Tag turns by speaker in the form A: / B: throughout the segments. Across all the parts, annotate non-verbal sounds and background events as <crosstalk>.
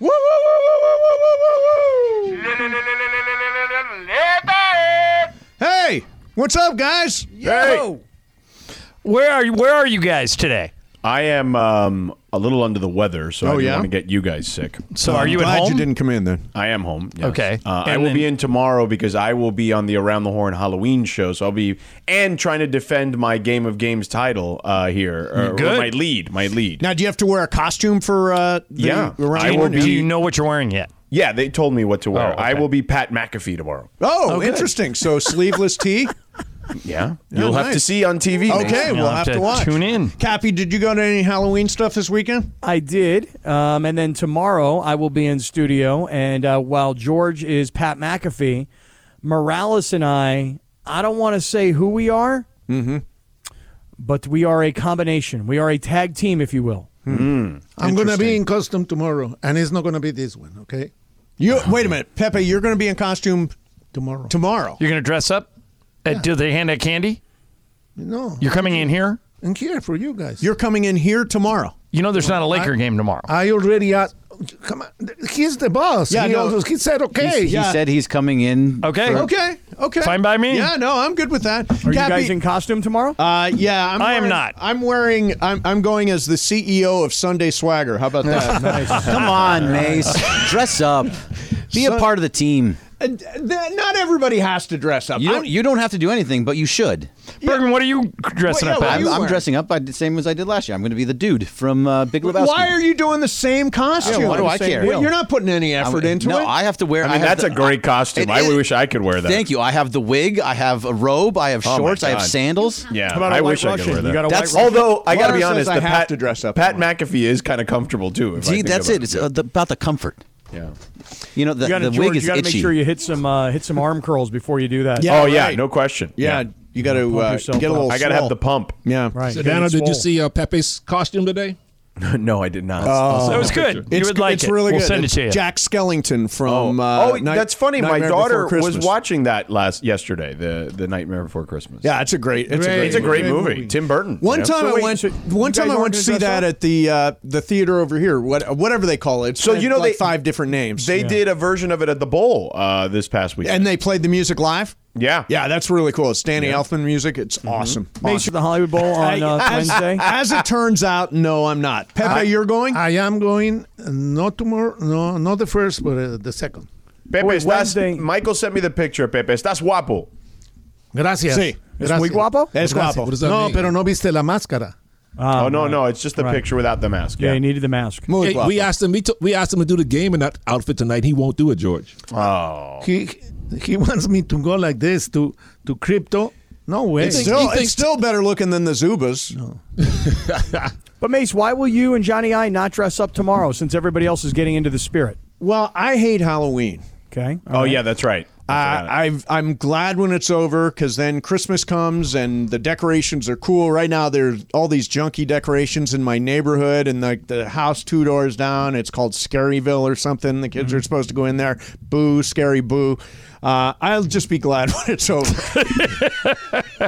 A: Woo, woo, woo, woo, woo, woo, woo.
B: Hey, what's up, guys?
C: Yo. Hey. Where are you? Where are you guys today?
D: I am um, a little under the weather, so oh, I don't yeah? want to get you guys sick. Uh,
C: So are you
B: glad
C: at home?
B: You didn't come in then.
D: I am home. Yes.
C: Okay,
D: uh, I will then- be in tomorrow because I will be on the Around the Horn Halloween show. So I'll be and trying to defend my Game of Games title uh, here.
C: You're good.
D: my lead. My lead.
B: Now, do you have to wear a costume for? Uh,
D: yeah,
B: Around
C: I will be- Do you know what you're wearing yet?
D: Yeah, they told me what to wear. Oh, okay. I will be Pat McAfee tomorrow.
B: Oh, oh interesting. So sleeveless tee.
D: Yeah, you'll oh, have nice. to see on TV.
B: Okay, we'll have, have, to, watch.
C: Tune in.
B: Cappy, did you go to any Halloween stuff this weekend?
E: I did, um, and then tomorrow I will be in studio. And uh, while George is Pat McAfee, Morales and I, I don't want to say who we are,
B: mm-hmm.
E: but we are a combination. We are a tag team, if you will.
D: Hmm.
F: I'm going to be in costume tomorrow, and it's not going to be this one. Okay.
B: You wait a minute, Pepe. You're going to be in costume
F: tomorrow.
B: Tomorrow.
C: You're going to dress up. Yeah. Uh, do they hand out candy?
F: No.
C: You're coming in here.
F: In here for you guys.
B: You're coming in here tomorrow.
C: You know, there's not a Laker
F: I,
C: game tomorrow.
F: I already asked. Come on, he's the boss. Yeah, he, no, also, he said okay.
G: He
F: yeah.
G: said he's coming in.
C: Okay,
B: for, okay, okay.
C: Fine by me.
B: Yeah, no, I'm good with that.
E: Are Cappy, you guys in costume tomorrow?
B: Uh, yeah, I'm
C: I
B: wearing,
C: am not.
B: I'm wearing. I'm, I'm going as the CEO of Sunday Swagger. How
G: <laughs>
B: about that?
G: nice. Come on, Mace. Dress up. Be Sun- a part of the team.
B: Uh, th- not everybody has to dress up.
G: You don't, you don't, have to do anything, but you should.
C: Bergman, yeah. what are you dressing well, yeah, up
G: as? I'm, I'm dressing up by the same as I did last year. I'm going to be the dude from uh, Big Lebowski.
B: Why are you doing the same costume?
G: Yeah, why do I care? Well,
B: you're not putting any effort
G: I,
B: into
G: no,
B: it.
G: No, I have to wear.
D: I mean,
G: I
D: that's
G: the,
D: a great costume. I is, wish I could wear that.
G: Thank you. I have the wig. I have a robe. I have shorts. Oh I have sandals.
D: Yeah, I wish Russian? I could wear that. You got a
B: that's,
D: white although I got to be honest,
B: I
D: have Pat,
B: to dress up.
D: Pat McAfee is kind of comfortable too.
G: See, that's it. It's about the comfort.
D: Yeah.
G: You know the,
E: you gotta,
G: the George,
E: wig is
G: you gotta
E: itchy. Make sure you hit some uh, hit some arm curls before you do that.
D: Yeah, oh right. yeah, no question.
B: Yeah, yeah. you got to uh, get a little.
D: I got to have the pump.
B: Yeah.
E: Right.
H: So, Dana, did you see uh, Pepe's costume today?
D: no, I did not.
C: Oh, that was good. It's, you would like
B: it's
C: it.
B: really
C: we'll
B: good.
C: Send it to you.
B: Jack Skellington from. Oh, uh,
D: oh Night, that's funny. Nightmare My daughter was watching that last yesterday. The the Nightmare Before Christmas.
B: Yeah, it's a great. It's
D: great,
B: a great.
D: It's a great, great movie. movie. Tim Burton.
B: One time so I wait, went. So one time I went to see that at the uh, the theater over here. What whatever they call it. It's
D: so you know
B: like
D: they,
B: five different names.
D: They yeah. did a version of it at the Bowl uh, this past week.
B: And they played the music live.
D: Yeah,
B: yeah, that's really cool. It's Danny yeah. Elfman music. It's mm-hmm. awesome.
E: Make
B: awesome.
E: sure the Hollywood Bowl on
B: <laughs>
E: uh, Wednesday.
B: As it turns out, no, I'm
D: <laughs>
B: not. Pepe, I, you're going.
F: I am going. Not tomorrow. No, not the first, but uh, the second.
D: Pepe, Wait, Wednesday. Michael sent me the picture. Pepe, estás guapo.
F: Gracias.
B: Sí.
E: Gracias. muy guapo.
B: Es guapo.
F: What does that no, mean? pero no viste la máscara.
D: Um, oh no, no, it's just the right. picture without the mask.
E: Yeah, yeah he needed the mask.
H: Hey, we asked him. We, t- we asked him to do the game in that outfit tonight. He won't do it, George.
D: Oh,
F: he he wants me to go like this to to crypto. No way.
B: It's still, it's th- still better looking than the Zubas. No.
E: <laughs> but Mace, why will you and Johnny I not dress up tomorrow since everybody else is getting into the spirit?
B: Well, I hate Halloween.
E: Okay.
D: All oh right. yeah, that's right.
B: I, am glad when it's over because then Christmas comes and the decorations are cool. Right now, there's all these junky decorations in my neighborhood and like the, the, house two doors down. It's called Scaryville or something. The kids mm-hmm. are supposed to go in there. Boo, scary boo. Uh, I'll just be glad <laughs> when it's over.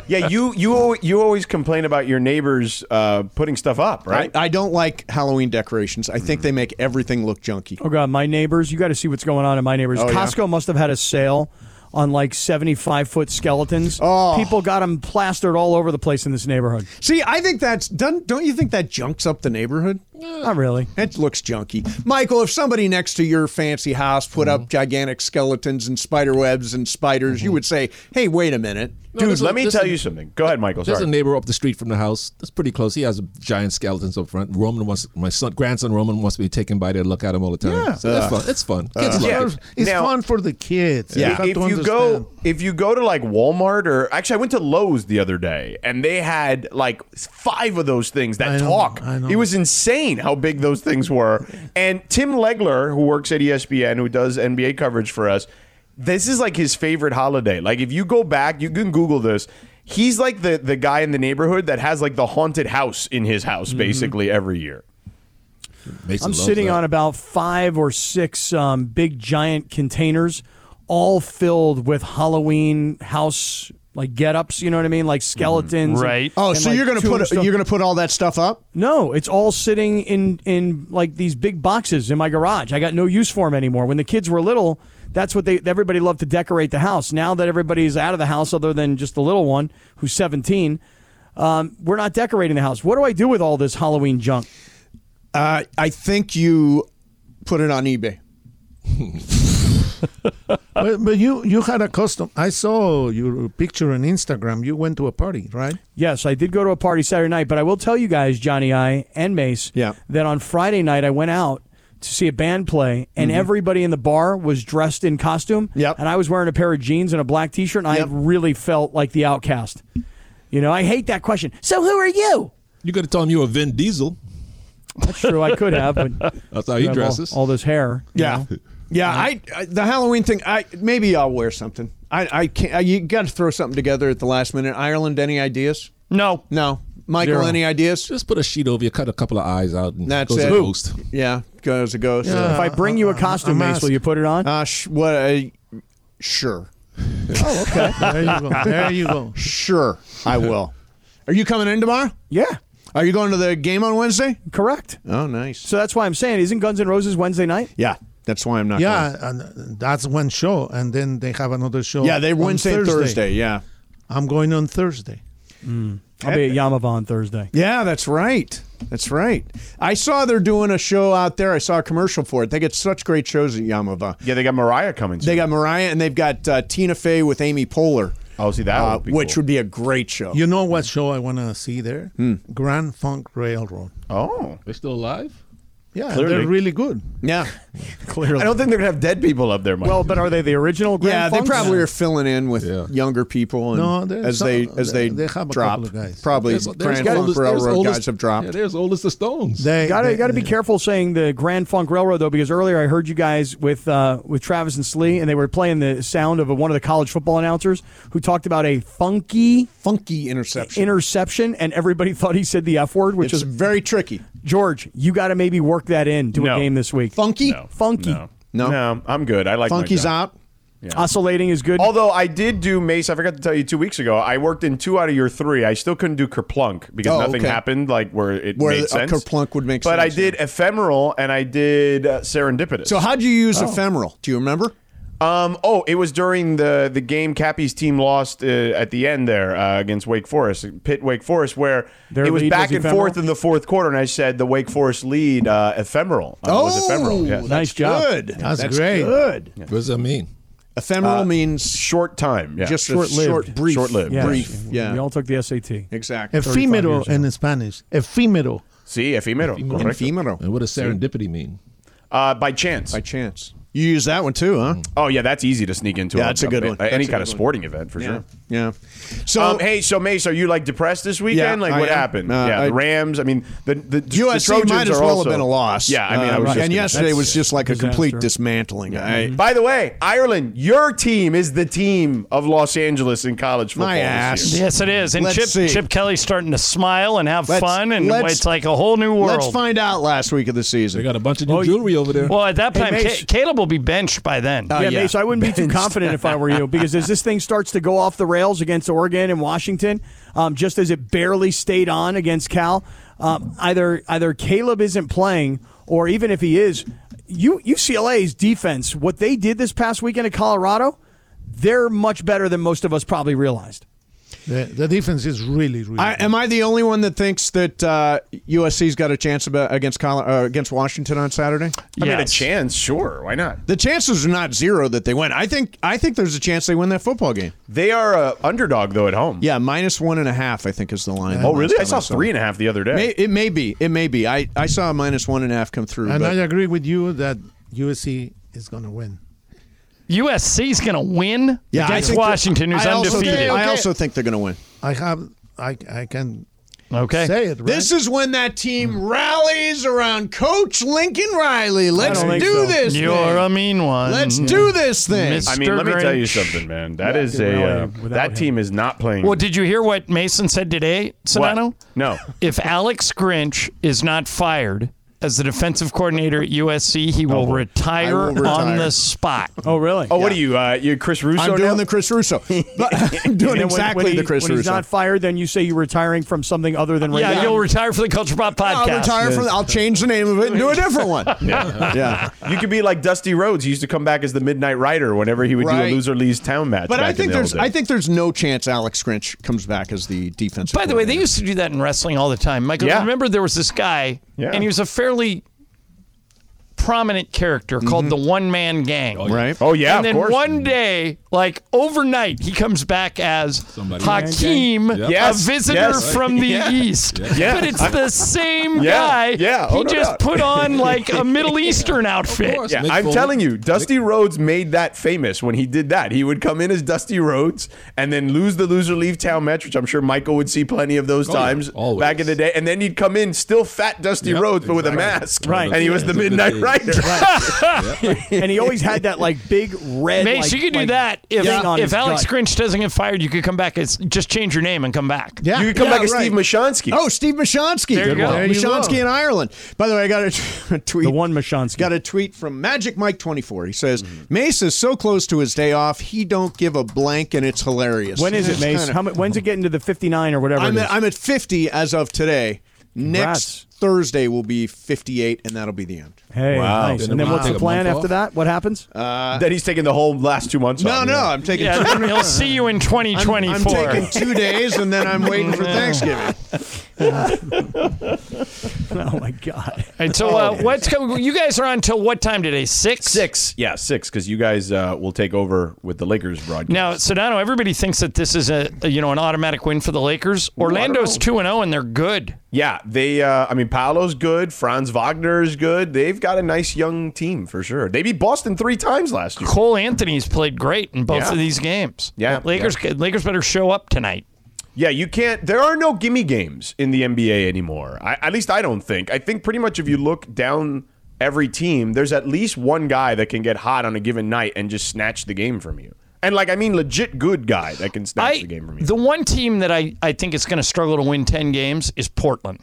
D: yeah, you you you always complain about your neighbors uh, putting stuff up, right?
B: I, I, don't like Halloween decorations. I think mm-hmm. they make everything look junky.
E: Oh god, my neighbors! You got to see what's going on in my neighbors. Oh, Costco yeah? must have had a sale on like 75 foot skeletons.
B: Oh.
E: People got them plastered all over the place in this neighborhood.
B: See, I think that's done. Don't you think that junks up the neighborhood?
E: Not really.
B: It looks junky. Michael, if somebody next to your fancy house put mm-hmm. up gigantic skeletons and spider webs and spiders, mm-hmm. you would say, hey, wait a minute.
D: Dude,
F: there's a-
D: let me
F: there's
D: tell
F: a-
D: you something. Go ahead, Michael.
F: There's
D: Sorry.
F: a neighbor up the street from the house. That's pretty close. He has giant skeletons up front. Roman wants my son, grandson Roman wants to be taken by there, look at him all the time.
I: Yeah.
F: so that's
I: Ugh.
F: fun. It's fun.
I: It's,
F: Kids love
I: fun.
F: it.
I: it's
D: Now-
I: fun for the kids. You got
D: If
I: to
D: you
I: understand.
D: go, if you go to like Walmart or actually, I went to Lowe's the other day, and they had like five of those things that talk. It was insane how big those things were. And Tim Legler, who works at E ESPN, who does NBA coverage for us, this is like his favorite holiday. Like if you go back, you can Google this. He's like the the guy in the neighborhood that has like the haunted house in his house basically every year.
G: I'm sitting on about five or six um, big giant containers, all filled with Halloween house like get-ups. You know what I mean? Like skeletons, and-
B: Oh,
G: and,
B: so
G: like,
B: you're gonna put
G: tombstone-
B: you're gonna put all that stuff up?
G: No, it's all sitting in in like these big boxes in my garage. I got no use for them anymore. When the kids were little, that's what they everybody loved to decorate the house. Now that everybody's out of the house, other than just the little one who's 17, um, we're not decorating the house. What do I do with all this Halloween junk?
B: Uh, I think you put it on eBay.
I: but, but you you had a custom. I saw your picture on Instagram. You went to a party, right?
G: Yes, I did go to a party Saturday night, but I will tell you guys, Johnny I and Mace, yeah. that on Friday night I went out to see a band play and
B: Mhm.
G: everybody in the bar was dressed in costume. Yep. And I was wearing a pair of jeans and a black t shirt and I really felt like the outcast. You know, I hate that question. So who are you?
F: You could have told him you were Vin Diesel.
G: That's true, I could
F: <laughs>
G: have, but
F: That's how he
G: I have all-
F: dresses.
G: All, this hair. you
B: Yeah,
G: know?
B: yeah. I, I the Halloween thing. I maybe I'll wear something. I I can't. I, Uh, you got to throw something together at the last minute. Ireland, any ideas?
G: No,
B: no. Michael,
F: Zero.
B: any ideas?
F: Just put a sheet over you, cut a couple of eyes out, and
B: That's
F: goes
B: it.
F: a ghost.
B: Yeah, goes a ghost.
G: if I bring
I: Uh,
G: you a costume, Mace, will you put it on?
B: Uh, sh- what? Uh,
I: <laughs>
B: sure.
G: Oh, okay.
I: There you go. There you go.
B: Sure,
I: <laughs>
B: I will. Are you coming in tomorrow?
G: Yeah.
B: Are you going to the game on Wednesday?
G: Correct.
B: Oh, nice.
G: So that's why I'm saying, isn't Guns N' Roses Wednesday night?
B: Yeah, that's why I'm not.
I: yeah, and that's one show, and then they have another show.
B: Going. Yeah, they
I: on
B: Wednesday and Thursday. Yeah.
I: I'm going on Thursday.
G: Mm. I'll be at Yamava on Thursday.
B: Yeah, that's right. That's right. I saw they're doing a show out there. I saw a commercial for it. They get such great shows at Yamava.
D: Yeah, they got Mariah coming.
B: They got Mariah and they've got uh, Tina Fey with Amy Poehler.
D: Oh, see that,
B: uh,
D: would be
B: which
D: cool.
B: would be a great show.
I: You know what show I want to see there?
B: Hmm.
I: Grand Funk Railroad.
D: Oh,
F: they're still alive.
I: Yeah,
D: Clearly.
I: they're really good. <laughs>
B: Yeah,
G: clearly.
D: I don't think they're gonna have dead people up there, Mike.
G: Well, but are they the original? Grand
B: <laughs> yeah, they
G: Funks?
B: probably are filling in with younger people and
I: No, there's
B: as they
I: some-
B: as they,
I: they have a
B: drop.
I: couple of guys.
B: Probably
I: There's- there's
B: Grand Funk
I: oldest- there's
B: Railroad
I: oldest-
B: guys have dropped.
F: Yeah, they're as old as the Stones.
I: They
G: Got to
I: they-
G: got to be careful saying the Grand Funk Railroad though, because earlier I heard you guys with uh, with Travis and Slee, and they were playing the sound of a, one of the college football announcers who talked about a funky
B: funky interception
G: interception, and everybody <laughs> thought he said the F word, which is
B: It's very tricky.
G: George, you got to maybe work that in to
D: No.
G: a game this week.
B: Funky,
G: funky,
D: No. No. I'm good. I like
B: Funky's
D: my job.
B: out.
G: oscillating is good.
D: Although I did do Mace, I forgot to tell you two weeks ago. I worked in two out of your three. I still couldn't do Kerplunk because
B: Oh,
D: nothing
B: okay.
D: happened like where it
B: Where
D: made
B: a
D: sense.
B: Kerplunk would make
D: but
B: sense,
D: I did Ephemeral and I did uh, Serendipitous.
B: So how'd you use
D: Oh.
B: ephemeral? Do you remember?
D: Um, oh, it was during the the game Cappy's team lost uh, at the end there uh, against Wake Forest, Pitt Wake Forest, where
G: Their
D: it was
G: lead
D: back
G: was
D: and
G: ephemeral?
D: forth in the fourth quarter, and I said the Wake Forest lead uh, ephemeral. Uh, was ephemeral. Yeah.
G: nice job.
B: Oh, Good.
I: That's great.
B: Good.
F: What does that mean?
B: Ephemeral means
G: Oh.
D: Short time. Uh, Yeah.
B: just short,
G: Short-lived.
B: short, brief,
D: Short-lived.
G: Yeah.
B: brief. Yeah,
G: We all took the SAT.
B: exactly.
I: Ephemero in Spanish. Ephemero.
D: See, ephemero. correcto.
B: Ephemero.
F: And what does serendipity mean?
D: Uh, by chance.
B: By chance, you use that one too, huh?
D: Oh yeah, that's easy to sneak into.
B: Yeah, that's a good one. That's a
D: Any kind
B: good
D: of
B: one.
D: sporting event for sure.
B: Yeah. So
D: So um, hey, so Mace, are you like depressed this weekend?
B: Yeah,
D: like
B: I
D: what
B: am.
D: happened?
B: Uh,
D: yeah,
B: I-
D: the Rams. I mean, the the, the
B: USC
D: Trojans
B: might as
D: are
B: well
D: also-
B: have been a loss.
D: Yeah, I mean, I
B: Uh,
D: was just
B: and
D: gonna- Mm-hmm.
B: yesterday
G: That's
B: was just like a complete dismantling. I,
D: By the way, Ireland, your team is the team of Los Angeles in college football.
B: My
D: this
B: ass.
D: year.
J: Yes, it is. And
B: Let's
J: Chip
B: see.
J: Chip Kelly's starting to smile and have
B: Let's-
J: fun, and
B: let's-
J: it's like a whole new world.
B: Let's find out last week of the
F: They
B: season.
F: got a bunch of
K: Oh,
F: new jewelry over there.
J: Well, at that
G: Hey,
J: time,
G: Mace.
J: Ca- Caleb will be benched by then.
B: Uh,
G: yeah,
B: yeah.
G: Mace, I wouldn't be too confident if I were you because as this thing starts to go off the rails against Oregon and Washington, um, just as it barely stayed on against Cal, um, either either Caleb isn't playing or even if he is, you UCLA's defense, what they did this past weekend at Colorado, they're much better than most of us probably realized.
F: The, the defense is really, really.
B: I, am I the only one that thinks that uh, USC's got a chance about, against Col- uh, against Washington on Saturday?
D: I mean, a chance, sure. Why not?
B: The chances are not zero that they win. I think I think there's a chance they win that football game.
D: They are a underdog though at home.
B: Yeah, minus one and a half. I think is the line.
D: Oh, really? I saw three and a half the other day.
B: May, it may be. It may be. I, I saw a minus one and a half come through.
F: and I
B: but
F: agree with you that USC is going to win.
L: USC's going to win
B: Yeah, I
L: against
B: think that-
L: Washington, who's
B: I also
L: undefeated.
B: think- I also think they're going to win.
F: I have. I I can.
L: Okay.
F: Say it. Right? Hmm.
B: This is when that team rallies around Coach Lincoln Riley. Let's
L: I don't
B: do
L: think so.
B: this.
L: You're
B: thing.
L: a mean one.
B: Let's do this thing.
L: Mr.
D: I mean, let me tell you
L: Grinch.
D: something, man. That
L: Yeah,
D: is
L: they
D: a
L: really-
D: uh, that team is not playing.
L: Well, did you hear what Mason said today, Sonano?
D: No.
L: If Alex Grinch is not fired as the defensive coordinator at USC, he will, retire,
B: I will retire.
L: on the spot.
K: Oh, really?
D: Oh, what are you? Uh, you Chris Russo?
B: I'm doing
D: now?
B: the
K: <laughs>
B: Chris Russo.
L: <laughs>
B: But I'm
K: And
B: doing
K: then when-
B: exactly
K: when he-
B: the Chris
K: when he's
B: Russo.
K: not fired, then you say you're retiring from something other than
L: Yeah,
K: radio.
L: you'll retire from the Culture Pop podcast.
B: I'll retire from. I'll change the name of it and do a different one. <laughs>
D: Yeah.
B: yeah.
D: You could be like Dusty Rhodes. He used to come back as the Midnight Rider whenever he would
B: Right.
D: do a loser leaves town match.
B: But
D: back
B: I
D: in
B: think
D: the old
B: there's I
D: days.
B: think there's no chance Alex Grinch comes back as the defensive.
L: By the way, they used to do that in wrestling all the time. Michael,
D: Yeah.
L: remember there was this guy,
D: Yeah.
L: and he was a fairly prominent character
E: Mm-hmm.
L: called the One Man Gang.
B: right?
D: Oh
L: and
D: yeah, of
L: then
D: course.
L: one day, like overnight, he comes back as Hakeem,
D: Yep. Yes,
L: a visitor
D: yes.
L: from the
D: <laughs> Yeah.
L: east.
D: Yeah.
L: But it's the same
D: <laughs> Yeah,
L: guy.
D: yeah. Oh,
L: he
D: no
L: just
D: doubt.
L: put on
D: <laughs>
L: like a Middle Eastern outfit.
M: course.
D: Yeah,
M: Mick
D: I'm
M: Foley.
D: telling you, Dusty Rhodes made that famous when he did that. He would come in as Dusty Rhodes and then lose the loser leave town match, which I'm sure Michael would see plenty of those
M: Oh, yeah,
D: times
M: always.
D: back in the day. And then he'd come in still fat Dusty
M: Yep,
D: Rhodes, but with a
M: exactly.
D: mask.
K: Right.
D: And he was the
M: Yeah. <laughs>
D: Midnight Rider.
K: and he always had that like big red.
L: Mace,
K: like-
L: you could do
K: like,
L: that if,
K: thing on
L: if
K: his
L: Alex
K: gut.
L: Grinch doesn't get fired. You could come back as just change your name and come back.
F: Yeah.
D: You could come
B: Yeah,
D: back as
B: right.
D: Steve Mashansky.
B: Oh, Steve Mashonsky.
L: There you Good go. one.
F: There you
B: Mashonsky
F: go.
B: in Ireland. By the way, I got a t- <laughs> tweet.
K: The one Mashonsky.
B: Got a tweet from Magic Mike 24. He says, Mace is so close to his day off, he don't give a blank, and it's hilarious.
K: When is it,
B: It's
K: Mace?
B: kinda-
K: How mu- when's it getting to the 59 or whatever?
B: I'm
K: it
B: at,
K: is?
B: I'm at 50 as of today.
K: Congrats.
B: Next Thursday will be 58, and that'll be the end.
K: hey,
D: Wow.
K: nice.
M: Then
K: And then
M: we'll
K: what's
M: take
K: the
M: a
K: plan
M: month
K: after
M: off.
K: that? What happens?
D: then he's taking the whole last two months
B: Uh, No,
D: off.
B: no, I'm taking.
L: Yeah, then he'll see you <laughs> in
B: I'm,
L: 2024.
B: I'm taking two days, and then I'm
L: <laughs>
B: waiting for
L: Yeah.
B: Thanksgiving.
K: oh my God!
L: All right, so uh, what's co- you guys are on till what time today? Six.
D: Oh, Six. Yeah, six, because you guys uh, will take over with the Lakers broadcast.
L: Now, Sedano, everybody thinks that this is a, a, you know an automatic win for the Lakers. Orlando's two and zero, and they're good.
D: Yeah, they. Uh, I mean, Paolo's good. Franz Wagner is good. They've got a nice young team for sure. They beat Boston three times last year.
L: Cole Anthony's played great in both
D: Yeah.
L: of these games.
D: Yeah,
L: Lakers. Lakers better show up tonight.
D: Yeah, you can't. There are no gimme games in the NBA anymore. I, at least I don't think. I think pretty much if you look down every team, there's at least one guy that can get hot on a given night and just snatch the game from you. And like, I mean, legit good guy that can snatch
L: I
D: the game from you.
L: the one team that I I think is going to struggle to win ten games is Portland.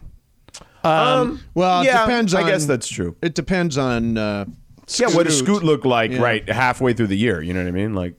D: um,
B: Well, it
D: yeah,
B: depends
D: I guess
B: on-
D: that's true.
B: It depends on. Uh,
D: Yeah, what does Scoot look like
B: Yeah.
D: right halfway through the year? You know what I mean? Like,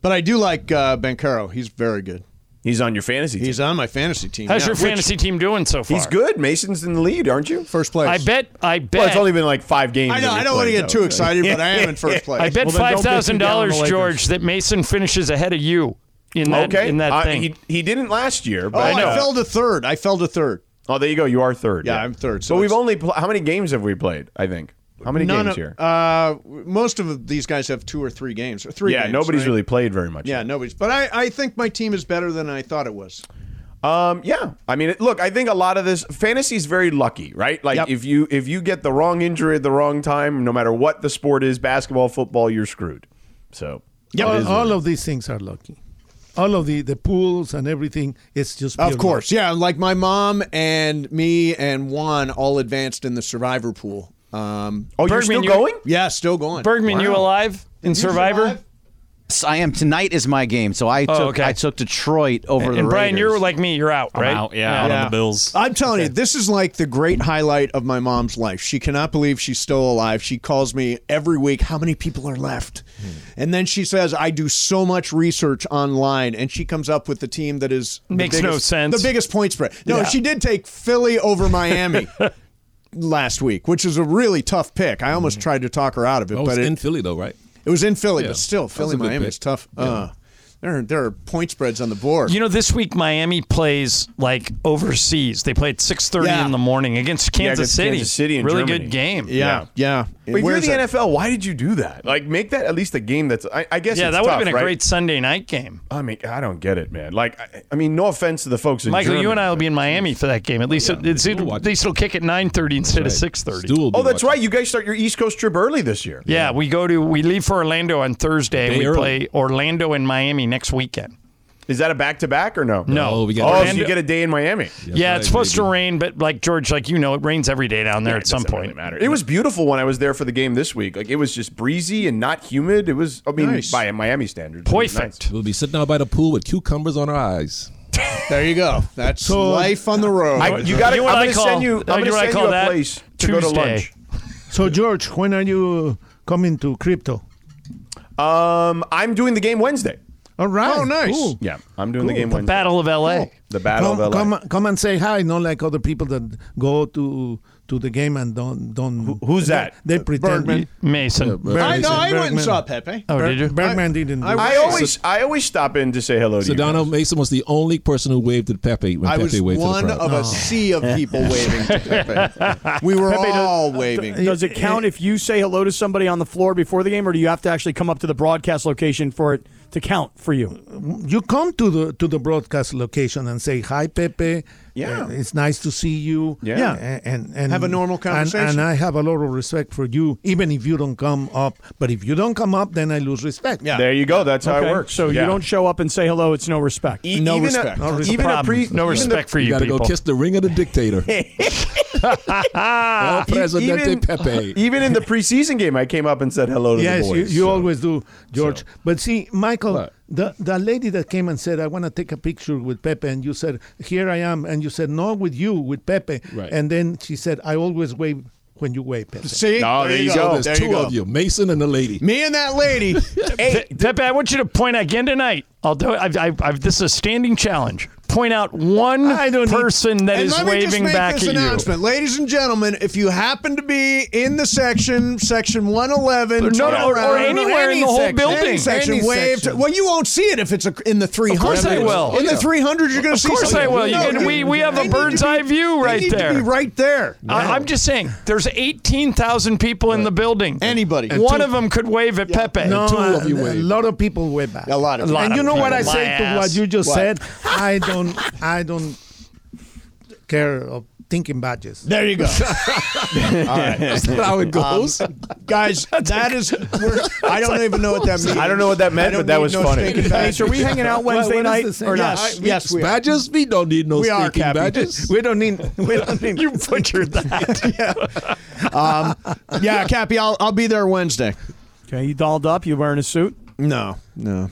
B: But I do like uh, Bancaro. He's very good.
D: he's on your fantasy team.
B: He's on my fantasy team.
L: How's
B: yeah,
L: your
B: which-
L: fantasy team doing so far?
D: He's good. Mason's in the lead, aren't you?
B: First place.
L: I bet. I bet.
D: Well, it's only been like five games.
B: I know.
D: that
B: I
D: we
B: don't want to
D: played,
B: get
D: though,
B: too
D: so-
B: excited, but I am in
L: <laughs>
B: first place.
L: I bet
K: Well, then
L: five
K: don't get too
L: thousand
K: down on the
L: dollars,
K: Lakers.
L: George, that Mason finishes ahead of you in that
D: okay.
L: in that
D: Uh,
L: thing.
D: He, he didn't last year,
B: Oh,
D: but
B: I,
D: uh,
B: fell to third. I fell to third.
D: Oh, there you go. You are third.
B: Yeah, I'm third, so
D: So but we've
B: it's-
D: only pl- how many games have we played? I think how many
B: None
D: games
B: of-
D: here?
B: Uh, most of these guys have two or three games. Or three.
D: yeah,
B: games,
D: nobody's
B: right?
D: really played very much.
B: Yeah, nobody's. But I, I think my team is better than I thought it was.
D: Um, yeah. I mean, it, look, I think a lot of this fantasy is very lucky, right? Like
B: Yep.
D: if you if you get the wrong injury at the wrong time, no matter what the sport is, basketball, football, you're screwed. So it is
F: All,
D: what it
F: all
D: is.
F: of these things are lucky. All of the the pools and everything. It's just pure
B: Of
F: luck.
B: course, yeah. Like my mom and me and Juan all advanced in the survivor pool. Um,
D: oh, you're still
L: Bergman, you-
D: going?
B: yeah, still going.
L: Bergman, you alive in Survivor?
G: Yes, I am. Tonight is my game, so I took,
L: Oh, okay.
G: I took Detroit over the
L: and Brian,
G: Raiders.
L: you're like me. You're out, right?
N: out, yeah, out on the Bills.
B: I'm telling you, this is like the great highlight of my mom's life. She cannot believe she's still alive. She calls me every week, how many people are left?
M: Hmm.
B: And then she says, I do so much research online. And she comes up with the team that is the
L: Makes no
B: biggest-
L: sense.
B: The biggest point spread. No,
L: Yeah.
B: she did take Philly over Miami. Last week, which is a really tough pick. I
M: Hmm.
B: almost tried to talk her out of it,
M: Oh,
B: but
M: it's
B: it,
M: in Philly though, right?
B: it was in Philly,
M: Yeah,
B: but still,
M: that was a
B: Philly
M: good
B: Miami
M: pick.
B: is tough. Uh,
G: There are, there are point spreads on the board.
D: You know, this week Miami plays like overseas. They play at six thirty
G: Yeah.
D: in the morning against
G: Yeah,
D: Kansas
B: against
D: City.
B: Kansas City and
D: really
B: Germany.
D: good game.
G: Yeah, yeah.
B: But if you're
G: Where's
B: the
G: that-
B: NFL, why did you do that? Like, make that at least a game that's. I, I guess
D: yeah,
B: it's
D: that would have
B: tough,
D: been a
B: right?
D: great Sunday night game.
B: I mean, I don't get it, man. Like, I, I mean, no offense to the folks in
D: Michael,
B: Germany.
D: you and I will be in Miami for that game. At least it- it's, it, at least it'll kick at nine thirty instead of six thirty.
B: Oh, that's right. You guys start your East Coast trip early this year.
D: Yeah, we go to we leave for Orlando on Thursday.
B: Day
D: we
B: early.
D: play Orlando and Miami next weekend.
B: Is that a back to back or no? Oh,
D: No. Oh, we got-
B: so you
D: Orlando-
B: get a day in Miami.
D: Yeah, it's supposed to rain, but like George, like you know, it rains every day down there at some point.
B: matter. It was beautiful when I was there for the game this week. Like it was just breezy and not humid. It was, I mean,
D: Nice.
B: by Miami standards, it was nice.
O: We'll be sitting out by the pool with cucumbers on our eyes.
G: There you go. That's life on the road.
B: I- you got to.
O: You
B: I'm
O: know what I
B: going to
O: call-
B: send you.
O: you know
B: I'm going to
O: what I
B: send
O: call
B: you a
O: that?
B: place to go to
O: Tuesday.
B: lunch.
F: So George, when are you coming to crypto?
B: Um, I'm doing the game Wednesday.
F: All right.
B: Oh, nice.
F: Cool.
B: Yeah, I'm doing the
F: Cool.
B: game
F: The
B: Wednesday.
D: Battle of L.A.
B: The Battle
F: come,
B: of LA.
F: Come, come and say hi, not like other people that go to to the game and don't don't.
B: who's that?
F: They pretend.
G: Bergman.
D: Mason.
G: I know. I went and saw Pepe.
O: Oh,
F: Ber- Bergman didn't.
G: I
F: do
B: I
F: it.
B: always, I always stop in to say hello to you.
O: Sedano Mason was the only person who waved at Pepe when
G: I
O: Pepe
G: was
O: waved to
G: one
O: the crowd.
G: of
F: Oh.
G: a sea of people waving to Pepe. We were
P: Pepe, does-
G: all waving.
P: Does it count if you say hello to somebody on the floor before the game, or do you have to actually come up to the broadcast location for it to count for you?
F: you come to the to the broadcast location and say hi, Pepe.
P: Yeah.
F: Uh, it's nice to see you.
G: Yeah. Yeah.
F: A- and and
G: Have a normal
F: and- And,
G: conversation.
F: I have a lot of respect for you, even if you don't come up. But if you don't come up, then I lose respect.
G: Yeah.
B: <laughs> There you go. That's how it
P: Okay,
B: works.
P: So
B: Yeah.
P: you don't show up and say hello. It's no respect.
B: E- even A, even a pre- even a-
O: you gotta go kiss the ring of the dictator. El
B: E-
O: Presidente
B: even,
O: Pepe.
B: <laughs> Even in the preseason game, I came up and said hello to
F: yes,
B: the boys.
F: you, you always do, George. But see, Michael,
B: What?
F: the the lady that came and said, "I want to take a picture with Pepe," and you said, "Here I am," and you said, "No, with you, with Pepe,"
O: Right.
F: and then she said, "I always wave when you wave, Pepe."
G: See,
O: Oh,
G: there, you go.
O: There's
G: There
O: two
G: you go.
O: of you, Mason and the lady.
G: Me and that <laughs> lady.
D: Hey, Pepe, I want you to point out again tonight. I'll
G: oh,
D: do it. I've, I've, I've, this is a standing challenge. Point out one person that
G: and
D: is
G: let me just
D: waving
G: make
D: back
G: this
D: at you.
G: announcement. Ladies and gentlemen, if you happen to be in the section, section 111,
D: No, no,
G: turn
D: or- or
G: around,
D: anywhere in
G: any
D: the whole
G: section,
D: building.
G: any section,
D: Any
G: wave.
D: section.
G: To, well, you won't see it if it's a, in the 300.
D: course I will.
G: In
D: Yeah.
G: the 300, you're going to
D: Of
G: see
D: course I
G: something.
D: will. Oh, You
G: No,
D: can, we, we have
G: they
D: a
G: need to
D: bird's
G: be-
D: eye view
G: they
D: right
G: need to
D: there.
G: be right there.
D: I, I'm just saying, there's 18,000 people in the building.
G: Anybody.
F: And
D: One
F: two-
D: of them could wave at Pepe.
F: No, a, a
D: wave.
F: lot of people way back. A
G: lot
D: of A lot
F: And
D: people.
F: you know what I
D: people.
F: said
D: My
F: to what
D: ass.
F: you just
D: What?
F: said? I don't, I don't care of thinking badges.
G: There you go.
D: <laughs>
F: That's not how it goes.
G: guys, that is. We're, I don't even know what that means.
B: I don't know what that meant,
G: I don't
B: but that
G: need
B: was
G: no
B: funny. <laughs>
G: stinking badges.
P: Are we hanging out
F: What-
P: Wednesday
F: what is
P: night?
F: the saying?
P: Or
F: Yeah,
P: not?
F: I-
P: yes, we are.
O: Badges? We don't need no
G: We are,
O: stinking
G: Cappy. <laughs>
O: badges.
F: We don't need. We don't need.
D: You butchered that.
G: Um, yeah, Cappy, I'll, I'll be there Wednesday.
P: Okay, you dolled up. You wearing a suit?
G: No, no.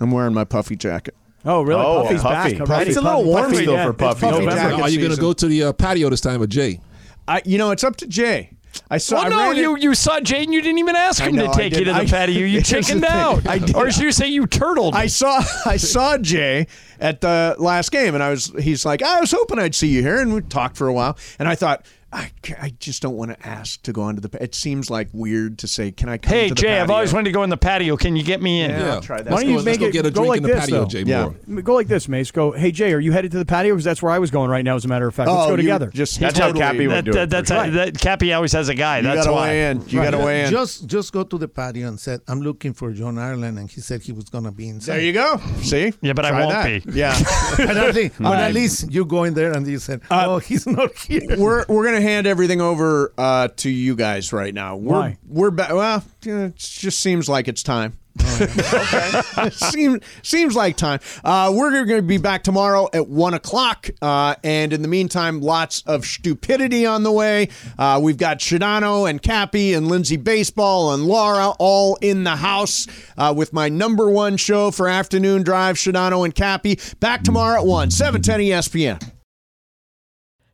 G: I'm wearing my puffy jacket.
P: Oh, really?
B: Oh,
P: Puffy's
B: Puffy.
P: back. already.
B: It's a little
P: Puffy,
B: warm
P: Puffy,
B: still
P: yeah,
B: for
P: it's
B: Puffy.
G: Puffy
P: November.
G: jacket
O: Are you gonna
G: season.
O: go to the uh, patio this time with Jay?
G: I, you know, it's up to Jay. I saw.
D: Well,
G: I
D: no,
G: ran it-
D: you, you saw Jaden. You didn't even ask
G: I
D: him
G: know, I
D: to take you to
G: didn't.
D: the
G: I- <laughs>
D: patio. You
G: Here's the
D: chickened
G: thing.
D: out.
G: I did.
D: Or as you say, you turtled.
G: I saw
P: <laughs>
G: I saw Jay at the last game, and I was he's like, I was hoping I'd see you here, and we talked for a while, and I thought. I, ca- I just don't want to ask to go onto the. pa- It seems like weird to say, "Can I come
D: Hey
G: to the
D: Jay, I've
G: patio?"
D: always wanted to go in the patio. Can you get me in?
G: Yeah, I'll try that.
P: Why don't you
O: go-
P: make
O: let's go
P: it
O: get a
P: go
O: drink
P: like
O: in the
P: this,
O: patio,
P: though.
O: Jay
G: Yeah.
O: Moore.
P: M- Go like this, Mace. Go, hey Jay, are you headed to the patio? Because that's where I was going right now. As a matter of fact, let's
G: Oh,
P: go
G: you
P: together.
G: Just
B: That's how
G: totally-
B: Cappy would
D: That,
B: do it.
D: that, that's
B: for sure.
D: that Cappy always has a guy.
G: You
D: that's
G: gotta
D: why.
G: weigh in. You gotta weigh in.
F: Just, just go to the patio and said, "I'm looking for John Ireland," and he said he was gonna be inside.
G: there you go. See?
D: Yeah, but I
G: Try
D: won't
G: that.
D: be.
G: Yeah.
F: <laughs> but at least, but
G: Right.
F: at least you go in there and you said,
O: Uh,
F: "Oh, he's not here."
G: we're we're gonna hand everything over uh, to you guys right now. We're,
P: Why?
G: We're ba- well, yeah, it just seems like it's time. <laughs> okay. seems seems like time. Uh, we're going to be back tomorrow at one o'clock, uh, and in the meantime, lots of stupidity on the way. Uh, we've got Shadano and Cappy and Lindsay Baseball and Laura all in the house uh, with my number one show for afternoon E drive. Shadano and Cappy back tomorrow at one seven ten ESPN.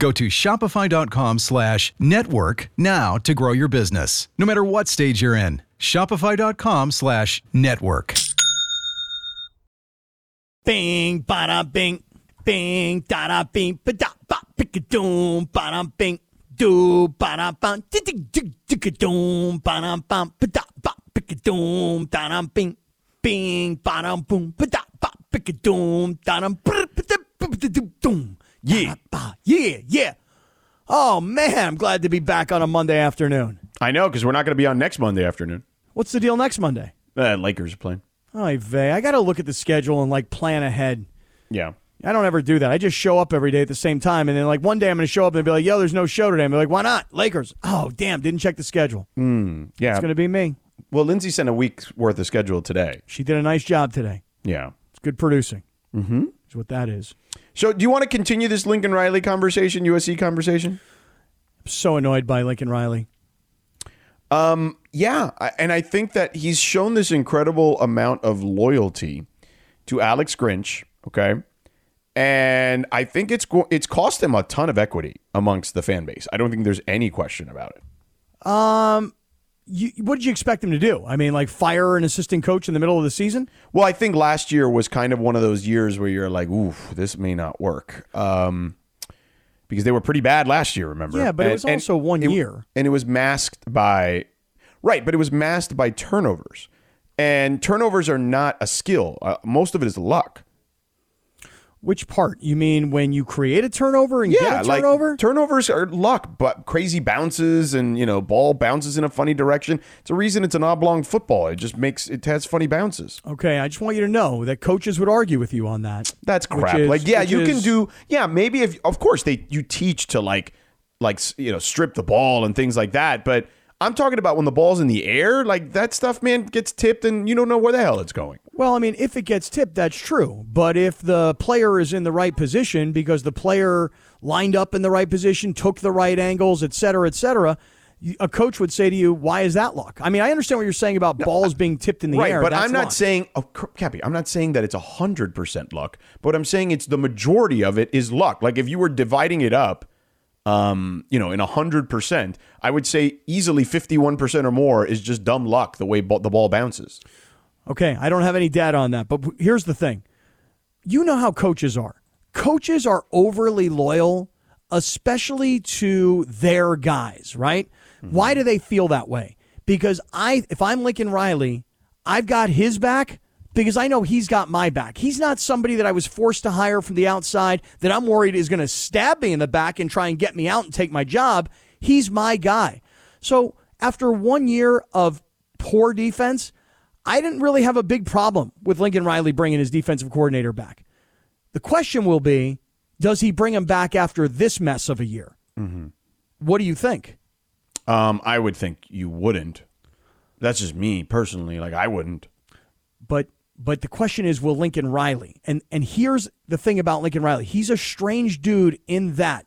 G: Go to shopify.com slash network now to grow your business, no matter what stage you're in. Shopify.com slash network.
D: Bing, bada, bing, bing, da da, bing, ba da, ba, pickadoom, bada, bing, do, bada, bum, dig, dig, dig, diggadoom, bada, bum, ba da, ba, pickadoom, da da, bing, bing, bada, boom, ba da, ba, pickadoom, da da, brr, ba da, ba da, doo, doom. Yeah, yeah, yeah. Oh man, I'm glad to be back on a Monday afternoon.
B: I know because we're not going to be on next Monday afternoon.
D: What's the deal next Monday?
B: Uh, Lakers are playing.
D: Oh, Vay, I got to look at the schedule and like plan ahead.
B: Yeah.
D: I don't ever do that. I just show up every day at the same time, and then like one day I'm going to show up and be like, "Yo, there's no show today." I'm like, "Why not?" Lakers. Oh, damn, didn't check the schedule.
B: Mm, yeah.
D: It's going to be me.
B: Well, Lindsay sent a week's worth of schedule today.
D: She did a nice job today.
B: Yeah.
D: It's good producing.
B: Mm-hmm.
D: Is what that is.
B: So, do you want to continue this Lincoln Riley conversation, USC conversation?
D: I'm so annoyed by Lincoln Riley.
B: Um, yeah, I- and I think that he's shown this incredible amount of loyalty to Alex Grinch. Okay, and I think it's go- it's cost him a ton of equity amongst the fan base. I don't think there's any question about it.
D: Um, you, what did you expect him to do? I mean, like fire an assistant coach in the middle of the season?
B: Well, I think last year was kind of one of those years where you're like, "Ooh, this may not work," um, because they were pretty bad last year. Remember?
D: Yeah, but it was also one
B: it-
D: year.
B: and it was masked by, right? But it was masked by turnovers, and turnovers are not a skill. Uh, most of it is luck.
D: Which part? You mean when you create a turnover and
B: Yeah,
D: get a
B: like
D: turnover?
B: turnovers are luck, but crazy bounces and you know ball bounces in a funny direction. It's a reason it's an oblong football. It just makes it has funny bounces.
D: okay, I just want you to know that coaches would argue with you on that.
B: That's crap. like yeah, you can do yeah, maybe if of course they you teach to like like s- you know strip the ball and things like that, but I'm talking about when the ball's in the air, like that stuff man gets tipped and you don't know where the hell it's going.
D: Well, I mean, if it gets tipped, that's true. But if the player is in the right position because the player lined up in the right position, took the right angles, et cetera, et cetera, you- a coach would say to you, "Why is that luck?" I mean, I understand what you're saying about balls being tipped in the
B: right,
D: air,
B: but
D: that's
B: I'm not
D: luck.
B: saying oh, cr- Cappy, I'm not saying that it's 100% luck, but I'm saying it's the majority of it is luck. Like if you were dividing it up um, you know, in 100%, I would say easily 51% or more is just dumb luck the way ba- the ball bounces.
D: Okay, I don't have any data on that, but w- here's the thing. You know how coaches are. Coaches are overly loyal, especially to their guys, right? Why do they feel that way? Because I if I'm Lincoln Riley, I've got his back because I know he's got my back. He's not somebody that I was forced to hire from the outside that I'm worried is going to stab me in the back and try and get me out and take my job. He's my guy. So, after 1 year of poor defense, I didn't really have a big problem with Lincoln Riley bringing his defensive coordinator back. The question will be does he bring him back after this mess of a year?
B: Mhm.
D: What do you think?
B: Um, I would think you wouldn't. That's just me personally. Like I wouldn't.
D: But but the question is will Lincoln Riley? And and here's the thing about Lincoln Riley. He's a strange dude in that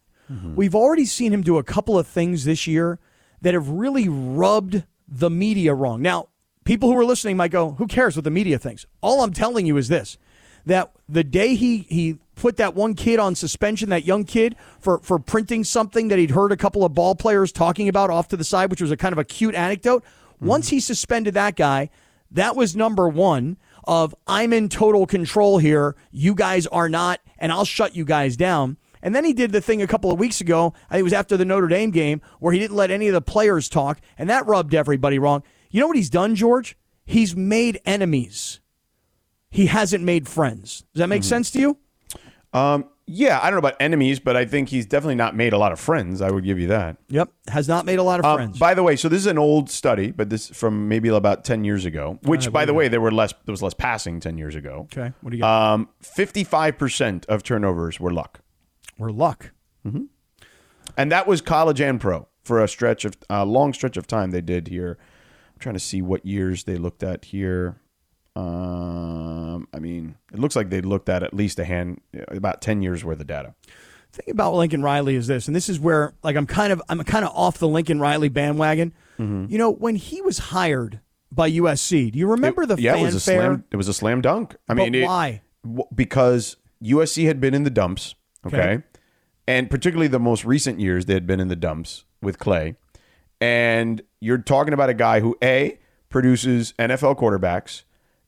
D: we've already seen him do a couple of things this year that have really rubbed the media wrong. Now, people who are listening might go, "Who cares what the media thinks?" All I'm telling you is this: that the day he he put that one kid on suspension, that young kid for for printing something that he'd heard a couple of ball players talking about off to the side, which was a kind of a cute anecdote. Once he suspended that guy, that was number one of I'm in total control here. You guys are not, and I'll shut you guys down. And then he did the thing a couple of weeks ago. I think it was after the Notre Dame game where he didn't let any of the players talk, and that rubbed everybody wrong. You know what he's done, George? He's made enemies. He hasn't made friends. Does that
B: Mm-hmm.
D: make sense to you?
B: Um, yeah, I don't know about enemies, but I think he's definitely not made a lot of friends. I would give you that.
D: Yep, has not made a lot of
B: Um,
D: friends.
B: by the way, so this is an old study, but this from maybe about ten years ago. Which,
D: right,
B: by
D: what
B: the
D: do Ah, you
B: way, there were less there was less passing ten years ago.
D: Okay, what do you got?
B: Um, fifty-five percent of turnovers were luck,
D: We're luck.
B: and that was college and pro for a stretch of a long stretch of time. They did here. I'm trying to see what years they looked at here. Um, I mean, it looks like they looked at at least a hand about ten years worth of data.
D: thing about Lincoln Riley is this, and this is where like I'm kind of I'm kind of off the Lincoln Riley bandwagon.
B: Mm-hmm.
D: You know, when he was hired by USC, do you remember the
B: yeah,
D: fanfare?
B: it was a slam. It was a slam dunk. I
D: But
B: mean, it-
D: why?
B: w- because USC had been in the dumps, okay?
D: Okay.
B: and particularly the most recent years they had been in the dumps with Clay. And you're talking about a guy who a produces NFL quarterbacks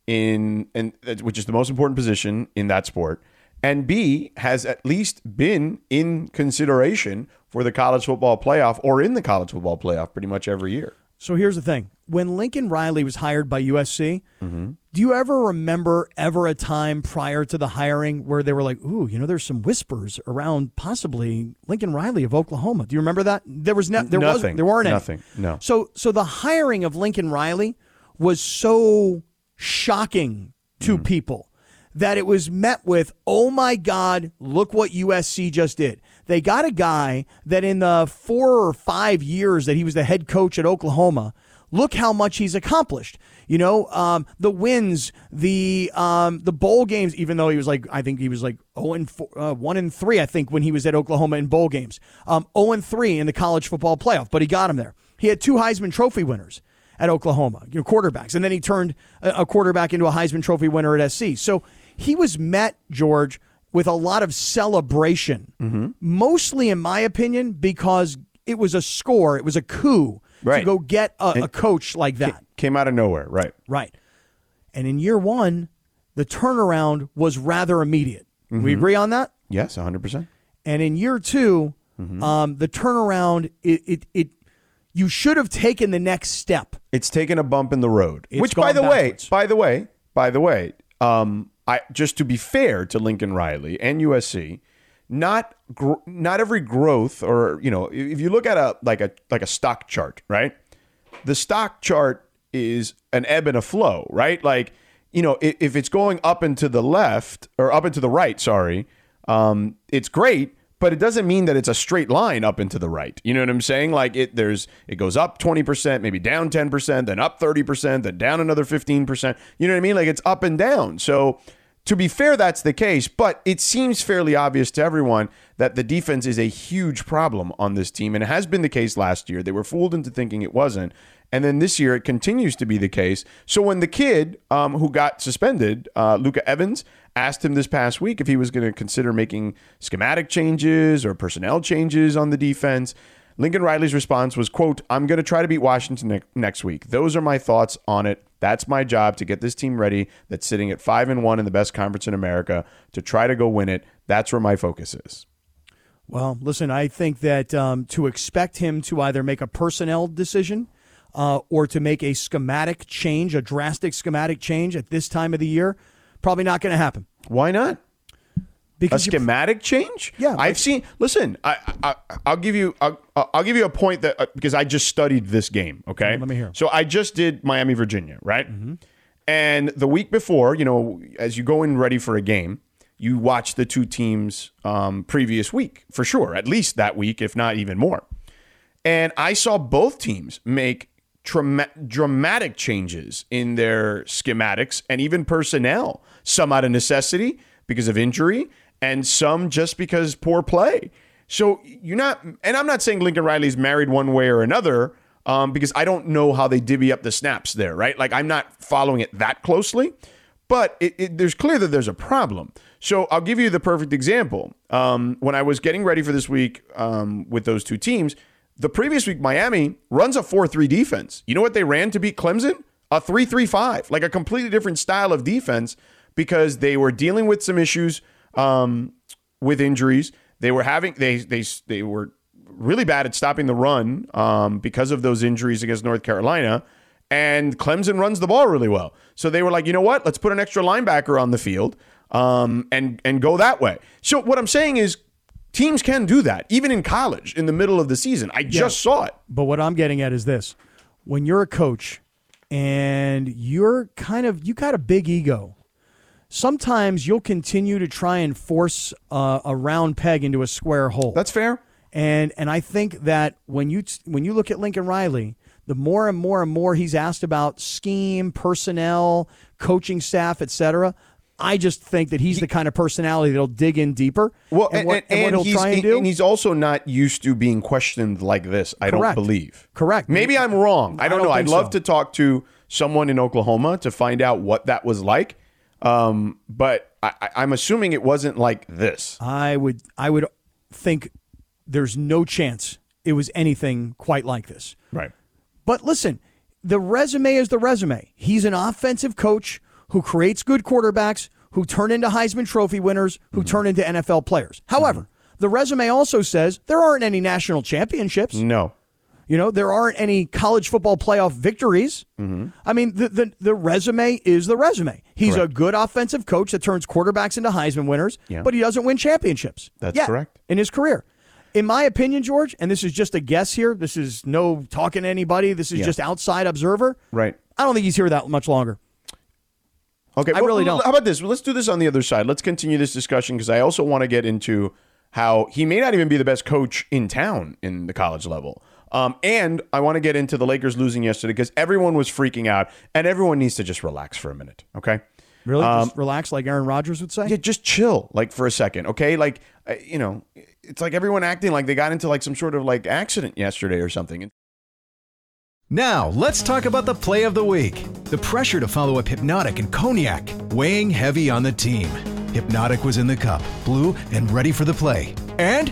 B: in and which is the most important position in that sport, and b has at least been in consideration for the college football playoff or in the college football playoff pretty much every year.
D: So here's the thing: when Lincoln Riley was hired by USC, do you ever remember ever a time prior to the hiring where they were like, "Ooh, you know, there's some whispers around possibly Lincoln Riley of Oklahoma"? Do you remember that? There was no, there
B: Nothing.
D: was there weren't any.
B: Nothing. No.
D: So so the hiring of Lincoln Riley was so shocking to
B: Mm-hmm.
D: people that it was met with, "Oh my god, look what USC just did." They got a guy that in the 4 or 5 years that he was the head coach at Oklahoma, look how much he's accomplished. You know, um, the wins, the um, the bowl games. Even though he was like, I think he was like zero and four, uh, one and three. I think when he was at Oklahoma in bowl games, um, zero and three in the college football playoff. But he got him there. He had two Heisman Trophy winners at Oklahoma, you know, quarterbacks, and then he turned a, a quarterback into a Heisman Trophy winner at SC. So he was met George with a lot of celebration mostly in my opinion because it was a score it was a coup
B: Right.
D: to go get a, a
B: And-
D: coach like that
B: Came out of nowhere, right?
D: right and in year one the turnaround was rather immediate we
B: Mhm.
D: agree on that
B: Yes, 100%.
D: and in year 2
B: Mm-hmm.
D: um, the turnaround it, it, it you should have taken the next step
B: It's taken a bump in the road.
D: It's
B: Which, by
D: gone
B: the way, by the way, by the way, um, I just to be fair to Lincoln Riley and USC, not gr- not every growth or you know, if if you look at a like a like a stock chart, right? The stock chart is an ebb and a flow, right? Like you know, if, if it's going up and to the left or up and to the right, sorry, um, it's great, but it doesn't mean that it's a straight line up and to the right. You know what I'm saying? Like it, there's it goes up 20%, maybe down 10%, then up 30%, then down another 15%. You know what I mean? Like it's up and down. So to be fair, that's the case, but it seems fairly obvious to everyone that the defense is a huge problem on this team, and it has been the case last year. They were fooled into thinking it wasn't, and then this year it continues to be the case. So when the kid um, who got suspended, uh, Luca Evans, asked him this past week if he was going to consider making schematic changes or personnel changes on the defense, Lincoln Riley's response was, quote, I'm going to try to beat Washington ne- next week. Those are my thoughts on it. That's my job to get this team ready that's sitting at 5 and 1 in the best conference in America to try to go win it. That's where my focus is.
D: Well, listen, I think that um, to expect him to either make a personnel decision uh, or to make a schematic change, a drastic schematic change at this time of the year, probably not going to happen.
B: Why not?
D: Because
B: a
D: you-
B: schematic change. Yeah, I've seen. Listen, I, I I'll give you I'll, I'll give you a point that uh, because I just studied this game. Okay, let me hear. Mm-hmm. So I just did Miami, Virginia, right? And the week before, you know, as you go in ready for a game, you watch the two teams um, previous week for sure, at least that week, if not even more. And I saw both teams make trauma- dramatic changes in their schematics and even personnel, some out of necessity because of injury, and some just because poor play. So you're not, and I'm not saying Lincoln Riley's married one way or another um, because I don't know how they divvy up the snaps there, right? Like I'm not following it that closely, but it, it, there's clear that there's a problem. So I'll give you the perfect example. Um, when I was getting ready for this week um, with those two teams, the previous week Miami runs a 4-3 defense. You know what they ran to beat Clemson? A 3-3-5, like a completely different style of defense because they were dealing with some issues um, with injuries. They were having they they they were really bad at stopping the run um, because of those injuries against North Carolina. And Clemson runs the ball really well, so they were like, you know what? Let's put an extra linebacker on the field um, and and go that way. So what I'm saying is, teams can do that even in college in the middle of the season. I just saw it.
D: But what I'm getting at is this: when you're a coach and you're kind of you got a big ego, sometimes you'll continue to try and force uh, a round peg into a square hole.
B: That's fair.
D: And and I think that when you when you look at Lincoln Riley, the more and more and more he's asked about scheme, personnel, coaching staff, etc. I just think that he's the kind of personality that'll dig in deeper.
B: Well,
D: and, what, and, what he'll
B: he's,
D: try and do.
B: and he's also not used to being questioned like this. I
D: Correct.
B: don't believe.
D: Correct.
B: Maybe I'm wrong. I don't,
D: don't
B: know. I'd
D: think
B: love
D: so.
B: to talk to someone in Oklahoma to find out what that was like. Um, but I, I- I'm assuming it wasn't like this.
D: I would I would think there's no chance it was anything quite like this.
B: Right.
D: But listen, the resume is the resume. He's an offensive coach who creates good quarterbacks who turn into Heisman Trophy winners who turn into NFL players. However, the resume also says there aren't any national championships.
B: No.
D: You know, there aren't any college football playoff victories.
B: Mm-hmm.
D: I mean, the, the, the resume is the resume. He's a good offensive coach that turns quarterbacks into Heisman winners,
B: Yeah.
D: but he doesn't win championships.
B: That's
D: yet
B: correct.
D: In his career. In my opinion, George, and this is just a guess here, this is no talking to anybody, this is
B: Yeah.
D: just outside observer.
B: Right.
D: I don't think he's here that much longer.
B: Okay,
D: I really don't.
B: How about this? Let's do this on the other side. Let's continue this discussion because I also want to get into how he may not even be the best coach in town in the college level. Um, and I want to get into the Lakers losing yesterday because everyone was freaking out, and everyone needs to just relax for a minute. Okay.
D: Really?
B: Um,
D: just relax, like Aaron Rodgers would say?
B: yeah, just chill, like for a second, okay? Like, uh, you know, it's like everyone acting like they got into like some sort of like accident yesterday or something.
G: Now, let's talk about the play of the week. The pressure to follow up Hypnotic and Cognac, weighing heavy on the team. Hypnotic was in the cup, blue, and ready for the play. And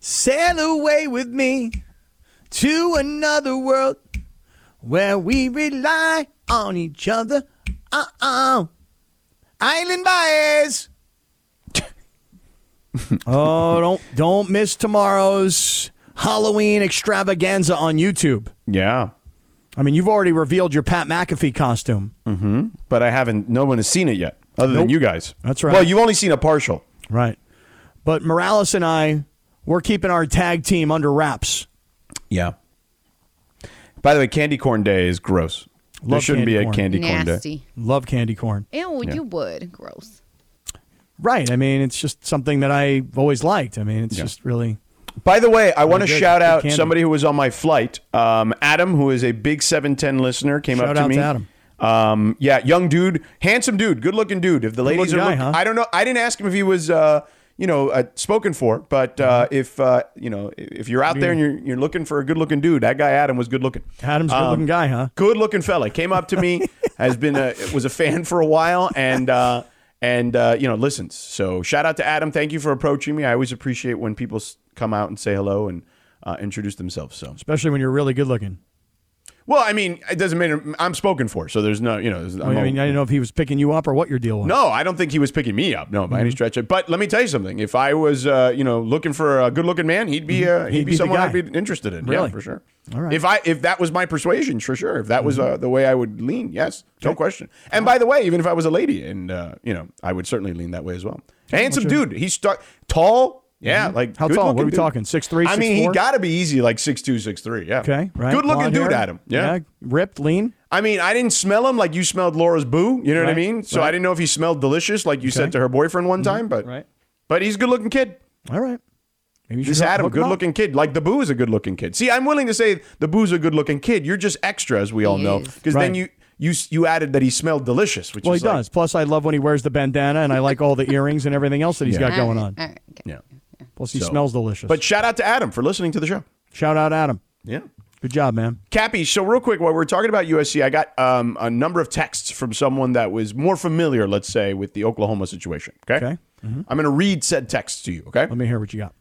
D: Sail away with me to another world where we rely on each other. Uh uh Island Baez. oh, don't don't miss tomorrow's Halloween extravaganza on YouTube.
B: Yeah.
D: I mean, you've already revealed your Pat McAfee costume.
B: Mm-hmm. But I haven't, no one has seen it yet other than
D: Nope.
B: you guys.
D: That's right.
B: Well, you've only seen a partial.
D: Right. But Morales and I, we're keeping our tag team under wraps.
B: Yeah. By the way, candy corn day is gross. there shouldn't be a candy corn day.
Q: Nasty.
D: Love candy corn.
Q: Ew,
B: Yeah.
Q: you would. Gross.
D: Right. I mean, it's just something that I've always liked. I mean, it's just really.
B: By the way, I want to
D: good.
B: shout
D: Good
B: out
D: candy.
B: somebody who was on my flight. Um, Adam, who is a big 710 listener, came
D: Shout
B: up to
D: out
B: me.
D: to Adam.
B: Um, yeah, young dude, handsome dude, good looking dude. If the ladies are
D: guy,
B: looking,
D: huh?
B: I don't know. I didn't ask him if he was, uh, you know, uh, spoken for, but uh, if uh, you know, if you're out there and you're you're looking for a good looking dude, that guy Adam was good looking.
D: Adam's a
B: Um,
D: good looking guy, huh?
B: Good looking fella. Came up to <laughs> me, has been a was a fan for a while, and uh, and uh, you know listens. So shout out to Adam. Thank you for approaching me. I always appreciate when people s- come out and say hello and uh, introduce themselves. So
D: Especially when you're really good looking.
B: well, I mean, it doesn't matter. I'm spoken for, so there's no Oh, you know. there's-
D: I mean,
B: I'm
D: I
B: all-
D: didn't know if he was picking you up or what your deal was.
B: no, I don't think he was picking me up. No, by
D: Mm-hmm.
B: any stretch. But let me tell you something. If I was, uh, you know, looking for a good-looking man, he'd be, uh,
D: Mhm.
B: he'd,
D: He'd
B: be,
D: be the
B: someone I'd
D: guy.
B: be interested in. Yeah,
D: Really?
B: for sure.
D: All right. Mm-hmm.
B: If I if that was my persuasion, for sure. If that was uh, the way I would lean, yes, no question. And by the way, even if I was a lady, and uh, you know, I would certainly lean that way as well. Handsome dude. He's stu- tall, Yeah,
D: Mhm.
B: like
D: How
B: good
D: tall? What
B: looking
D: are we
B: dude.
D: talking? 6'3",
B: I mean,
D: 6'4"?
B: he got to be easy, like six two, six three. Yeah.
D: Okay, right.
B: Good looking
D: Blonde
B: dude,
D: hair.
B: Adam. Yeah.
D: Yeah, ripped, lean.
B: I mean, I didn't smell him like you smelled Laura's boo. You know what I
D: Right,
B: mean? So I
D: right. Mm-hmm.
B: didn't know if he smelled delicious, like you said to her boyfriend one time. But
D: right.
B: But he's a good looking kid.
D: All right. Maybe you
B: This
D: should hook-
B: Adam,
D: hook him
B: good
D: up.
B: looking kid. Like the boo is a good looking kid. See, I'm willing to say the boo's a good looking kid. You're just extra, as we all know, because then
D: Right.
B: you you s- you added that he smelled delicious, which
D: Well, he
B: is like,
D: does. Plus, I love when he wears the bandana, and I like all the earrings and everything else that he's
B: Yeah.
D: got going
B: All
D: on.
B: right, all right, yeah.
D: Plus, he
B: So-
D: smells delicious.
B: But shout out to Adam for listening to the show.
D: Shout out, Adam.
B: Yeah.
D: Good job, man.
B: Cappy, so real quick, while we're talking about USC, I got um, a number of texts from someone that was more familiar, let's say, with the Oklahoma situation. Okay. okay.
D: Mm-hmm.
B: I'm going to read said texts to you. Okay. Let
D: me hear what you got.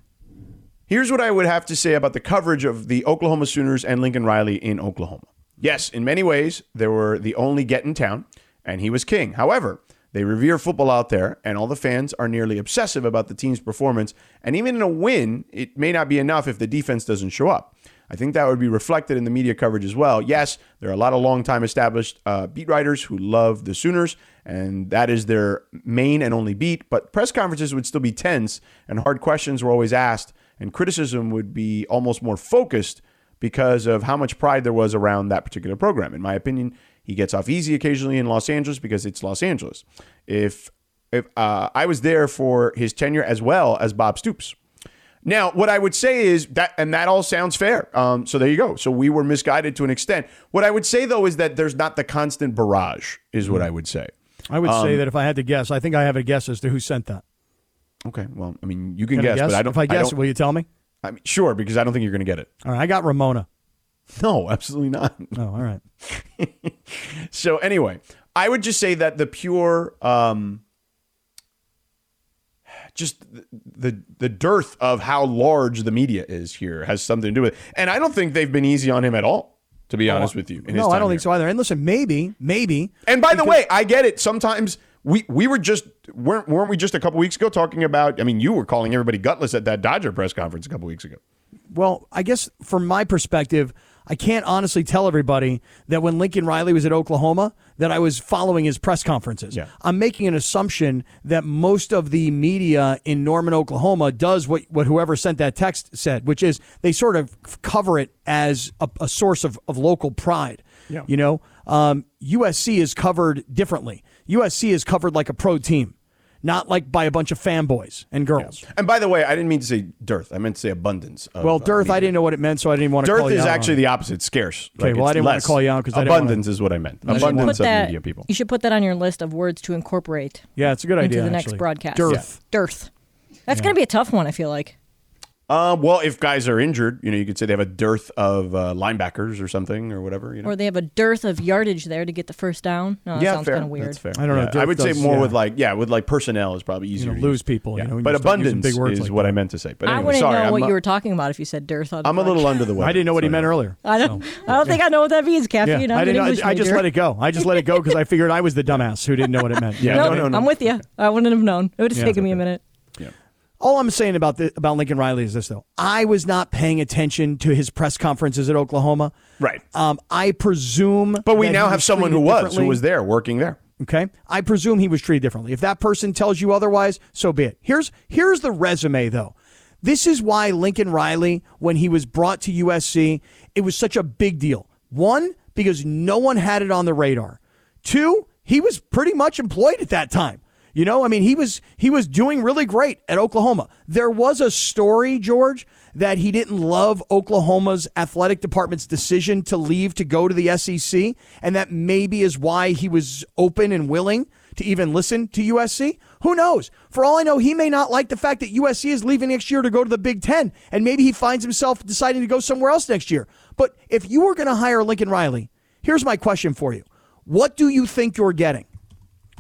B: Here's what I would have to say about the coverage of the Oklahoma Sooners and Lincoln Riley in Oklahoma. Yes, in many ways, they were the only get in town, and he was king. However, they revere football out there, and all the fans are nearly obsessive about the team's performance. And even in a win, it may not be enough if the defense doesn't show up. I think that would be reflected in the media coverage as well. Yes, there are a lot of longtime established uh, beat writers who love the Sooners, and that is their main and only beat. But press conferences would still be tense, and hard questions were always asked, and criticism would be almost more focused because of how much pride there was around that particular program. In my opinion, he gets off easy occasionally in Los Angeles because it's Los Angeles. If if uh, I was there for his tenure as well as Bob Stoops. Now, what I would say is that, and that all sounds fair. Um, so there you go. So we were misguided to an extent. What I would say though is that there's not the constant barrage, is what I would say.
D: I would say
B: Um,
D: that if I had to guess, I think I have a guess as to who sent that.
B: Okay, well, I mean, you can
D: Gonna
B: guess, but I don't.
D: If I guess,
B: don't-
D: will you tell me?
B: I mean, sure, because I don't think you're going to get it.
D: All right, I got Ramona.
B: <laughs> No, absolutely not.
D: Oh, all right.
B: So anyway, I would just say that the pure, um, just the- the the dearth of how large the media is here has something to do with it. And I don't think they've been easy on him at all, to be honest with you. in his
D: no, I
B: time here.
D: don't think so either. And listen, maybe, maybe.
B: And by the way, I get it. Sometimes we we were just weren't weren't we just a couple weeks ago talking about? I mean, you were calling everybody gutless at that Dodger press conference a couple weeks ago.
D: Well, I guess from my perspective, I can't honestly tell everybody that when Lincoln Riley was at Oklahoma that I was following his press conferences. I'm making an assumption that most of the media in Norman, Oklahoma does what, what whoever sent that text said, which is they sort of cover it as a, a source of, of local pride.
R: Yeah.
D: You know, um, USC is covered differently. USC is covered like a pro team, not like by a bunch of fanboys and girls.
B: And by the way, I didn't mean to say dearth. I meant to say abundance. Of,
D: Well,
B: uh,
D: dearth, I didn't know what it meant, so I didn't want to
B: dearth
D: call you
B: is
D: out on
B: actually
D: it.
B: the opposite. Scarce.
D: Okay, well, I didn't wanna
B: less.
D: call you out 'cause I didn't wanna-
B: abundance is what I meant.
D: You should
Q: Put
B: Abundance of
Q: that-
B: media people.
Q: You should put that on your list of words to incorporate.
D: Yeah, it's a good
Q: into
D: idea,
Q: the
D: actually.
Q: next broadcast.
B: Dearth.
Q: Dearth. That's
B: Yeah.
Q: going to be a tough one. I feel like.
B: Uh, well, if guys are injured, you know, you could say they have a dearth of uh, linebackers or something or whatever. You know,
Q: Or they have a dearth of yardage there to get the first down. No, Oh, that
B: yeah,
Q: sounds
B: fair.
Q: kind of weird.
B: That's fair.
D: I don't know,
B: Yeah, I
D: dearth
B: would say
D: does-
B: more
D: yeah.
B: with like yeah, with like personnel is probably easier.
D: know,
B: to
D: lose
B: use.
D: people, you
B: Yeah.
D: know, when
B: but
D: you start using
B: abundance
D: big words
B: is
D: like
B: what I
D: that.
B: meant to say. But
Q: I
B: anyway,
Q: wouldn't
B: sorry,
Q: know
B: I'm,
Q: what
B: uh,
Q: you were talking about if you said dearth. I'd
B: I'm
Q: be
B: a little
Q: like, <laughs>
B: under the weather.
D: I didn't know what he meant earlier.
Q: I don't. I don't think I know what that means, Caffey. You're not
D: I
Q: an
D: didn't.
Q: English
D: I, I just
Q: major.
D: let it go. I just
Q: <laughs>
D: let it go because I figured I was the dumbass who didn't know what it
B: Yeah,
D: meant. You know
Q: Nope,
D: what I mean?
Q: I'm with you. I wouldn't have known. It would have
D: Yeah.
Q: taken me a minute.
D: All I'm saying about the, about Lincoln Riley is this though. I was not paying attention to his press conferences at Oklahoma.
B: Right.
Q: Uh,
D: Um, I presume.
B: But we
D: that
B: now
D: he
B: have someone who
D: treated
B: was who
D: differently.
B: was there working there.
D: Okay. I presume he was treated differently. If that person tells you otherwise, so be it. Here's here's the resume though. This is why Lincoln Riley, when he was brought to USC, it was such a big deal. One, because no one had it on the radar. Two, he was pretty much employed at that time. You know, I mean, he was he was doing really great at Oklahoma. There was a story, George, that he didn't love Oklahoma's athletic department's decision to leave to go to the SEC, and that maybe is why he was open and willing to even listen to USC. Who knows? For all I know, he may not like the fact that USC is leaving next year to go to the Big Ten, and maybe he finds himself deciding to go somewhere else next year. But if you were going to hire Lincoln Riley, here's my question for you: What do you think you're getting?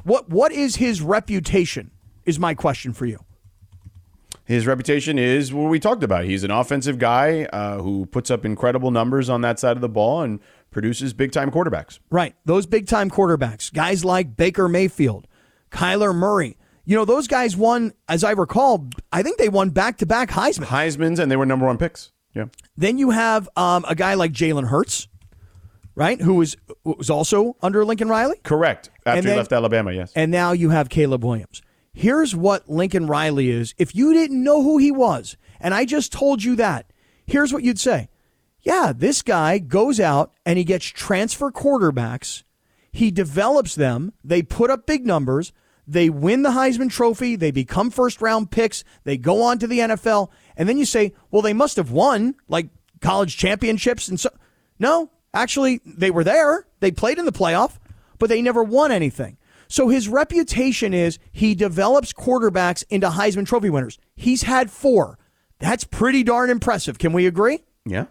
D: What what is his reputation? Is my question for you.
B: His reputation is what we talked about. He's an offensive guy uh, who puts up incredible numbers on that side of the ball and produces big time quarterbacks.
D: Right. Those big time quarterbacks, guys like Baker Mayfield, Kyler Murray. You know, those guys won, as I recall, I think they won back to back Heisman.
B: Heisman's and they were number one picks. Yeah.
D: Then you have um, a guy like Jalen Hurts, right? Who was who was also under Lincoln Riley.
B: Correct. After
D: And
B: he
D: then-
B: left Alabama, yes.
D: And now you have Caleb Williams. Here's what Lincoln Riley is. If you didn't know who he was, and I just told you that, here's what you'd say. Yeah, this guy goes out and he gets transfer quarterbacks. He develops them. They put up big numbers. They win the Heisman Trophy. They become first round picks. They go on to the NFL. And then you say, well, they must have won like college championships. And so, no, actually, they were there. They played in the playoff, but they never won anything. So his reputation is he develops quarterbacks into Heisman Trophy winners. He's had four. That's pretty darn impressive. Can we agree?
B: Yeah.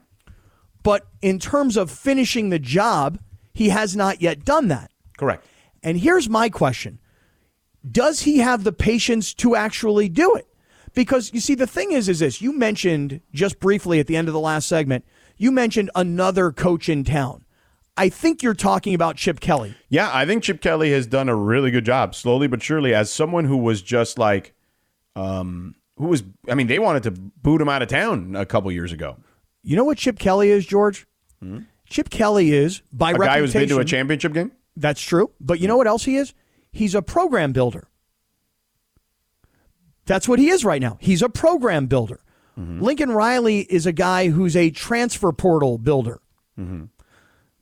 D: But in terms of finishing the job, he has not yet done that.
B: Correct.
D: And here's my question Does he have the patience to actually do it? Because you see, the thing is, is this you mentioned just briefly at the end of the last segment, you mentioned another coach in town. I think you're talking about Chip Kelly.
B: Yeah, I think Chip Kelly has done a really good job, slowly but surely, as someone who was just like, um, who was, I mean, they wanted to boot him out of town a couple years ago.
D: You know what Chip Kelly is, George? Chip Kelly is by
B: Hmm? A
D: reputation.
B: guy who's been to a Hmm. championship game.
D: That's true. But you know what else he is? He's a program builder. That's what he is right now. He's a program builder.
B: Mm-hmm.
D: Lincoln Riley is a guy who's a transfer portal builder.
B: Mm-hmm.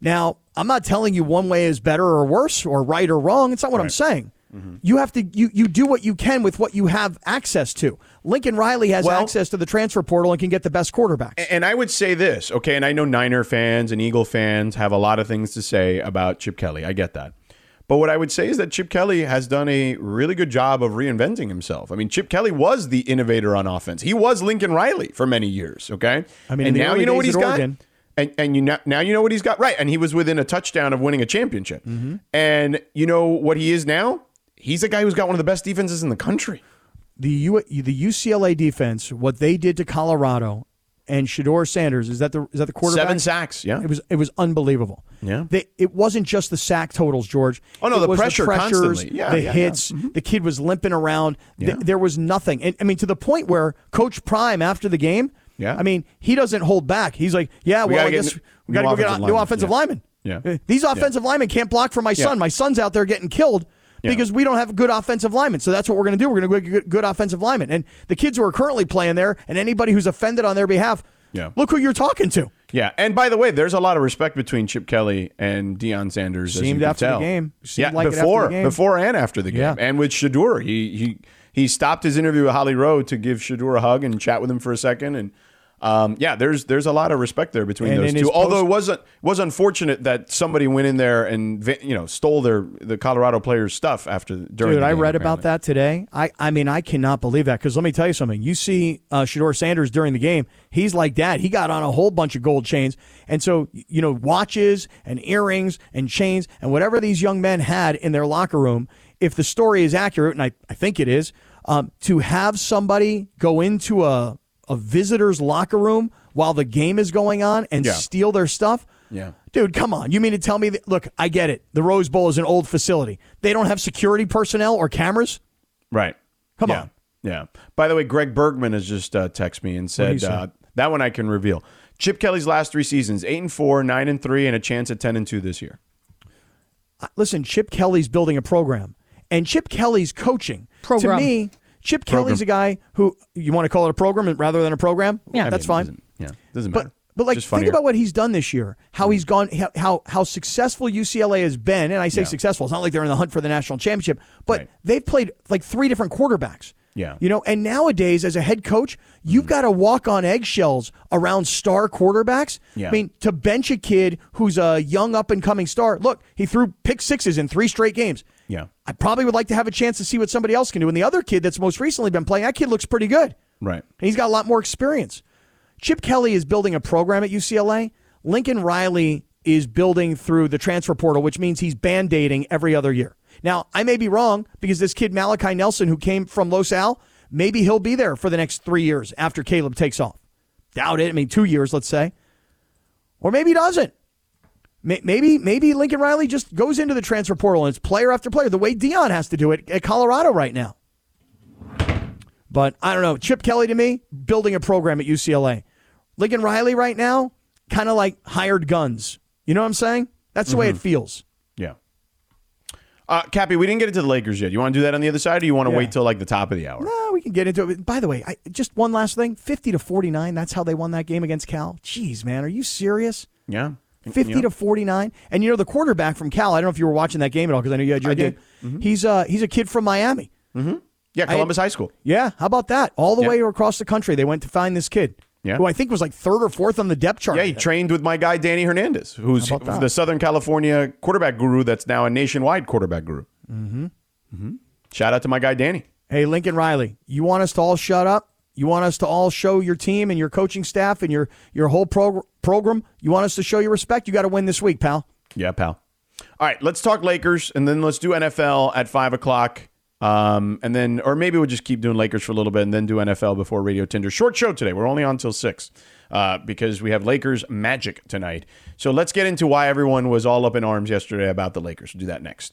D: Now, I'm not telling you one way is better or worse or right or wrong. It's not what I'm saying.
B: Mm-hmm.
D: You have to you you do what you can with what you have access to. Lincoln Riley has access to the transfer portal and can get the best quarterback.
B: A- And I would say this, okay, and I know Niner fans and Eagle fans have a lot of things to say about Chip Kelly. I get that. But what I would say is that Chip Kelly has done a really good job of reinventing himself. I mean, Chip Kelly was the innovator on offense. He was Lincoln Riley for many years, okay?
D: I mean, in
B: and
D: the
B: now
D: early
B: you know what
D: days
B: he's
D: at
B: got?
D: Oregon-
B: And, and you now, now you know what he's got right and he was within a touchdown of winning a championship
D: Mm-hmm.
B: and you know what he is now he's a guy who's got one of the best defenses in the country
D: the U, the UCLA defense, what they did to Colorado and Shador Sanders is that the is that the quarterback
B: Seven sacks, yeah.
D: it was it was unbelievable.
B: Yeah.
D: they, it wasn't just the sack totals, George.
B: Oh, no,
D: It
B: the
D: was
B: pressure
D: pressures,
B: constantly. Yeah,
D: the
B: yeah, yeah.
D: hits. The kid was limping around. Th-
B: Yeah.
D: there was nothing, and I mean to the point where Coach Prime after the game,
B: Yeah.
D: I mean he doesn't hold back. He's like, yeah,
B: We
D: well,
B: gotta
D: I
B: get
D: guess
B: n-
D: we got to
B: new
D: go get a
B: offensive
D: new
B: linemen.
D: offensive
B: Yeah.
D: lineman.
B: Yeah.
D: <laughs> Uh, These
B: Yeah.
D: offensive linemen can't block for my
B: Yeah.
D: son. My son's out there getting killed
B: Yeah.
D: because we don't have good offensive linemen. So that's what we're going to do. We're going to go get good offensive linemen. And the kids who are currently playing there and anybody who's offended on their behalf,
B: Yeah.
D: look who you're talking to.
B: Yeah, and by the way, there's a lot of respect between Chip Kelly and Deion Sanders. as you
D: Seemed
B: can
D: after the
B: tell.
D: game.
B: yeah,
D: Seemed like it after
B: before,
D: the game.
B: before and after the game,
D: Yeah.
B: and with Shadur, he he he stopped his interview with Holly Rowe to give Shadur a hug and chat with him for a second, and um, yeah, there's there's a lot of respect there between
D: And
B: those
D: in his
B: two. Although it
D: post-
B: was was unfortunate that somebody went in there and va- you know stole their the Colorado players' stuff after during.
D: Dude,
B: the
D: I
B: game,
D: read about
B: apparently.
D: that today. I, I mean, I cannot believe that because let me tell you something. You see uh, Shador Sanders during the game, he's like that. He got on a whole bunch of gold chains. And so, y- you know, watches and earrings and chains and whatever these young men had in their locker room, if the story is accurate, and I, I think it is, um, to have somebody go into a, a visitor's locker room while the game is going on and
B: Yeah.
D: steal their stuff.
B: Yeah.
D: Dude, come on. You mean to tell me that? Look, I get it. The Rose Bowl is an old facility. They don't have security personnel or cameras.
B: Right.
D: Come
B: Yeah.
D: on.
B: Yeah. By the way, Greg Bergman has just uh, texted me and
D: What'd he
B: said
D: say?
B: uh, that one I can reveal. Chip Kelly's last three seasons: eight and four, nine and three, and a chance at ten and two this year.
D: Uh, Listen, Chip Kelly's building a program, and Chip Kelly's coaching.
Q: Program.
D: To me, Chip Kelly's a guy who you want to call it a program rather than a program. Yeah,
B: I mean,
D: that's
B: it
D: fine.
B: doesn't- Yeah, doesn't
D: But
B: matter.
D: but like
B: Just
D: think
B: funnier. Mm-hmm.
D: about what he's done this year. How he's gone. how- How how successful UCLA has been. And I say
B: Yeah.
D: successful. It's not like they're in the hunt for the national championship. But
B: Right.
D: they've played like three different quarterbacks.
B: Yeah. Mm-hmm.
D: You know, and nowadays as a head coach, you've got to walk on eggshells around star quarterbacks.
B: Yeah.
D: I mean, to bench a kid who's a young up and coming star. Look, he threw pick sixes in three straight games.
B: Yeah.
D: I probably would like to have a chance to see what somebody else can do. And the other kid that's most recently been playing, that kid looks pretty good.
B: Right.
D: And he's got a lot more experience. Chip Kelly is building a program at UCLA. Lincoln Riley is building through the transfer portal, which means he's band aiding every other year. Now, I may be wrong because this kid, Malachi Nelson, who came from Los Al, maybe he'll be there for the next three years after Caleb takes off. Doubt it. I mean, two years, let's say. Or maybe he doesn't. May- Maybe maybe Lincoln Riley just goes into the transfer portal and it's player after player, the way Dion has to do it at Colorado right now. But I don't know. Chip Kelly to me, building a program at UCLA. Lincoln Riley right now, kind
B: Mm-hmm.
D: of like hired guns. You know what I'm saying? That's the way it feels.
B: Yeah. Uh, Cappy, we didn't get into the Lakers yet. You want to do that on the other side, or you want to
D: Yeah.
B: wait till like the top of the hour?
D: No, we can get into it. By the way, I, just one last thing: fifty to forty-nine. That's how they won that game against Cal. Jeez, man, are you serious?
B: Yeah.
D: 50
B: Yeah.
D: to 49. And you know the quarterback from Cal, I don't know if you were watching that game at all because I know you had your
B: I did.
D: game. He's uh he's a kid from Miami.
B: Mm-hmm. Yeah,
D: I-
B: Columbus High School.
D: Yeah, how about that? All the
B: Yeah.
D: way across the country they went to find this kid.
B: Yeah.
D: Who I think was like third or fourth on the depth chart.
B: Yeah, he trained with my guy Danny Hernandez, who's
D: How about that?
B: the Southern California quarterback guru. That's now a nationwide quarterback guru.
D: Mm-hmm.
B: Shout out to my guy Danny.
D: Hey, Lincoln Riley, you want us to all shut up? You want us to all show your team and your coaching staff and your your whole prog- program? You want us to show your respect? You got to win this week, pal.
B: Yeah, pal. All right, let's talk Lakers, and then let's do NFL at five o'clock, um, and then or maybe we'll just keep doing Lakers for a little bit, and then do NFL before Radio Tinder. Short show today. We're only on till six uh, because we have Lakers Magic tonight. So let's get into why everyone was all up in arms yesterday about the Lakers. We'll do that next.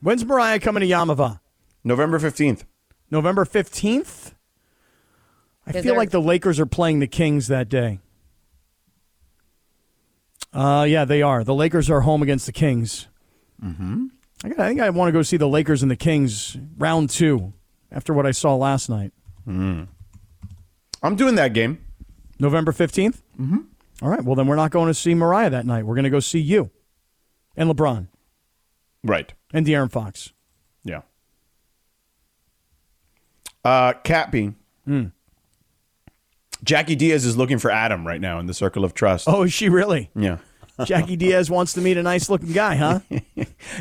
D: When's Mariah coming to Yamava?
B: November 15th.
D: November 15th? I
S: Is
D: feel
S: there-
D: like the Lakers are playing the Kings that day. Uh, yeah, they are. The Lakers are home against the Kings. Mm-hmm. I, got, I think I want to go see the Lakers and the Kings round two after what I saw last night.
B: I'm doing that game.
D: November 15th? Mm-hmm. All right. Well, then we're not going to see Mariah that night. We're going to go see you and LeBron
B: Right.
D: and De'Aaron Fox.
B: Yeah. Uh, Cappy.
D: Hmm.
B: Jackie Diaz is looking for Adam right now in the circle of trust.
D: Oh, is
B: <laughs>
D: she really?
B: Yeah.
D: Jackie Diaz wants to meet a nice looking guy, huh?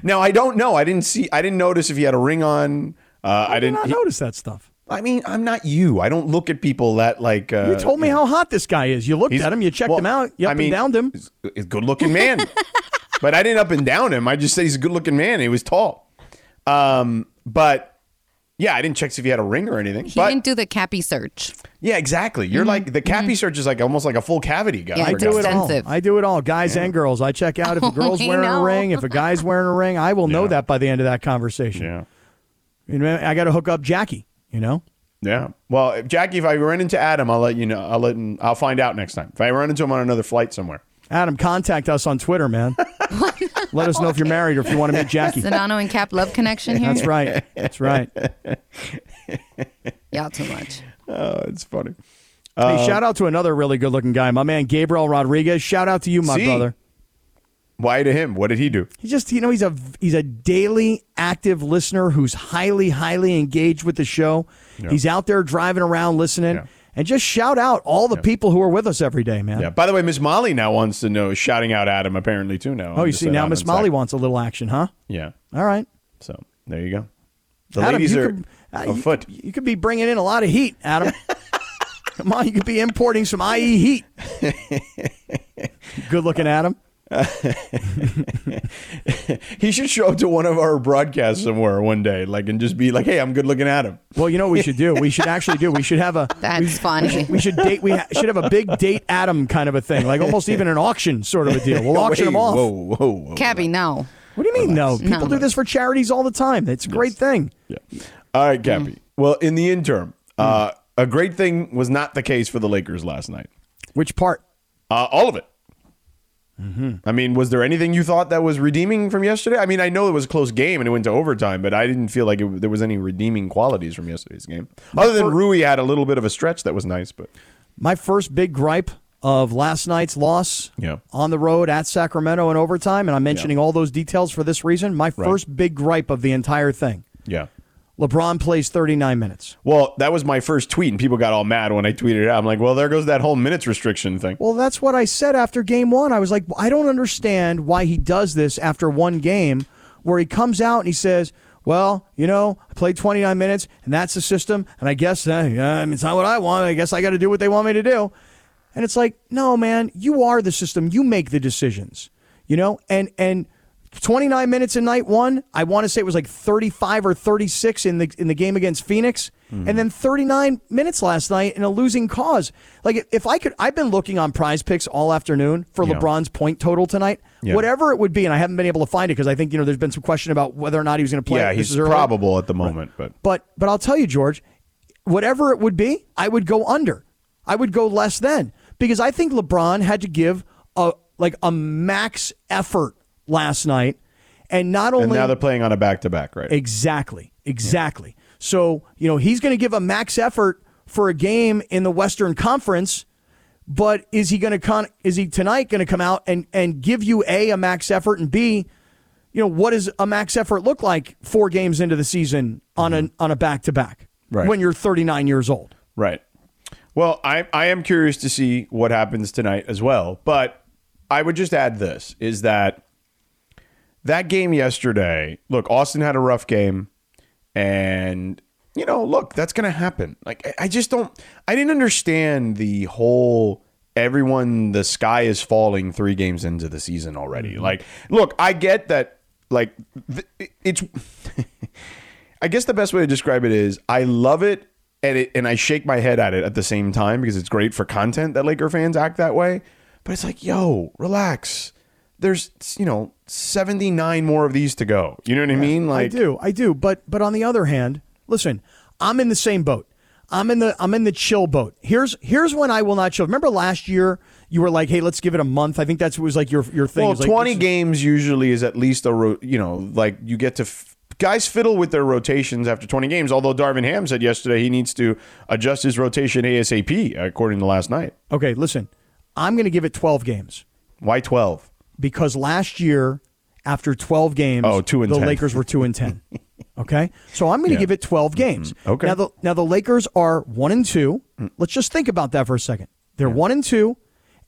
B: Now I don't know. I didn't see. I didn't notice if he had a ring on. Uh, I didn't
D: not
B: he-
D: notice that stuff.
B: I mean, I'm not you. I don't look at people that like. Uh,
D: you told me how hot this guy is. You looked
B: he's-
D: at him, you checked
B: well,
D: him out, you
B: I
D: up
B: mean,
D: and downed him.
B: He's a good looking
D: <laughs>
B: man. but I didn't up and down him. I just said he's a good looking man. and He was tall. Um, but yeah, I didn't check if he had a ring or anything.
T: He
B: but
T: didn't do the Cappy search.
B: yeah, exactly. You're like the cappy search is like almost like a full cavity guy.
D: I
B: for
D: do
B: guys.
D: Mm-hmm. it all. I do it all, guys and girls. I
T: <laughs>
D: check out if a girl's
T: We
D: wearing
T: know.
D: a ring, if a guy's wearing a ring. I will know that by the end of that conversation.
B: Yeah.
D: You know, I got to hook up Jackie. You know.
B: Yeah. Well, if- Jackie, if I run into Adam, I'll let you know. I'll let. him- I'll find out next time. If I run into him on another flight somewhere.
D: Adam, contact us on Twitter,
T: <laughs>
D: man. Let us know if you're married or if you want to meet Jackie.
T: Sedano and Cap love connection here.
D: That's right. That's right.
T: Y'all too much.
B: Oh, it's funny.
D: hey,
B: Uh,
D: shout out to another really good looking guy, my man Gabriel Rodriguez. Shout out to you, my
B: See?
D: brother.
B: Why to him? What did he do?
D: He just, you know, he's a he's a daily active listener who's highly, highly engaged with the show.
B: Yeah.
D: He's out there driving around listening. And just shout out all the people who are with us every day, man.
B: Yeah. By the way, Miss Molly now wants to know. is Shouting out Adam apparently too now.
D: Oh,
B: I'm
D: you
B: just
D: see,
B: saying
D: now
B: out
D: Miss
B: on
D: Molly
B: site.
D: wants a little action, huh?
B: Yeah.
D: All right.
B: So there you go. The
D: Adam,
B: ladies
D: you
B: are
D: could- uh, you-
B: afoot.
D: You could be bringing in a lot of heat,
B: <laughs>
D: Adam. Come on, you could be importing some IE heat. Good looking Adam.
B: he should show up to one of our broadcasts somewhere one day, like, and just be like, "Hey, I'm good looking Adam."
D: Well, you know what we should do? We should actually do. We should have a.
U: <laughs>
T: That's funny.
D: We should date. We ha- should have a big date Adam kind of a thing, like almost even an auction sort of a deal.
B: <laughs>
D: We'll auction them
B: Wait,
D: off.
B: Whoa, whoa, whoa.
T: Cappy, no.
D: What do you mean? No,
T: No.
D: people do this for charities all the time. It's a great thing.
B: All right, Cappy.
D: Mm-hmm.
B: Well, in the interim, uh, a great thing was not the case for the Lakers last night.
D: Which part?
B: Uh, all of it.
D: Mm-hmm.
B: I mean, was there anything you thought that was redeeming from yesterday? I mean, I know it was a close game and it went to overtime, but I didn't feel like it, there was any redeeming qualities from yesterday's game. Other than Rui had a little bit of a stretch that was nice, but
D: My first big gripe of last night's loss
B: Yeah.
D: on the road at Sacramento in overtime, and I'm mentioning all those details for this reason. My
B: Right.
D: first big gripe of the entire thing
B: Yeah.
D: LeBron plays 39 minutes.
B: Well, that was my first tweet, and people got all mad when I tweeted it out. I'm like, well, there goes that whole minutes restriction thing.
D: Well, that's what I said after game one. I was like, I don't understand why he does this after one game where he comes out and he says, well, you know, I played 29 minutes and that's the system. And I guess uh, yeah, I mean, it's not what I want. I guess I got to do what they want me to do. And it's like, no, man, you are the system. You make the decisions, you know, and, and, 29 minutes in night one. I want to say it was like 35 or 36 in the in the game against Phoenix,
B: Mm-hmm.
D: and then 39 minutes last night in a losing cause. Like if I could, I've been looking on Prize Picks all afternoon for
S: Yeah.
D: LeBron's point total tonight,
B: Yeah.
D: whatever it would be, and I haven't been able to find it because I think you know there's been some question about whether or not he was going to play.
B: yeah,
D: This
B: he's
D: is early.
B: probable at the moment, but
D: But but I'll tell you, George, whatever it would be, I would go under. I would go less than because I think LeBron had to give a like a max effort last night, and not only
B: and now they're playing on a back to back, right?
D: exactly exactly. So you know he's going to give a max effort for a game in the Western Conference. But is he going to con- is he tonight going to come out and and give you a a max effort and b you know what does a max effort look like four games into the season on an on a back to back
B: Mm-hmm. Right.
D: when you're 39 years old
B: Right. Well, I I am curious to see what happens tonight as well. But I would just add this is that that game yesterday, look, Austin had a rough game and you know, look, that's going to happen. Like I- I just don't I didn't understand the whole everyone the sky is falling 3 games into the season already. Like look, I get that like th- it's <laughs> I guess the best way to describe it is I love it and it and I shake my head at it at the same time because it's great for content that Laker fans act that way. But it's like, yo, relax. There's you know 79 more of these to go. You know what I mean?
D: I
B: Like
D: do, I do. But but on the other hand, listen, I'm in the same boat. I'm in the I'm in the chill boat. Here's here's when I will not chill. Remember last year you were like, hey, let's give it a month. I think that's what was like your your thing.
B: well,
D: It was like,
B: 20 games usually is at least a ro- you know like you get to. F- Guys fiddle with their rotations after 20 games. Although Darvin Ham said yesterday he needs to adjust his rotation ASAP, according to last night.
D: Okay, listen, I'm going to give it 12 games.
B: Why 12?
D: Because last year, after 12 games,
B: Oh, two and
D: the
B: 10.
D: Lakers were 2
B: <laughs>
D: and 10. Okay? So I'm going to
B: Yeah. Mm-hmm.
D: give it 12 games.
B: Okay. Mm.
D: Now the, now the Lakers are 1 and 2. Let's just think about that for a second. They're 1 and 2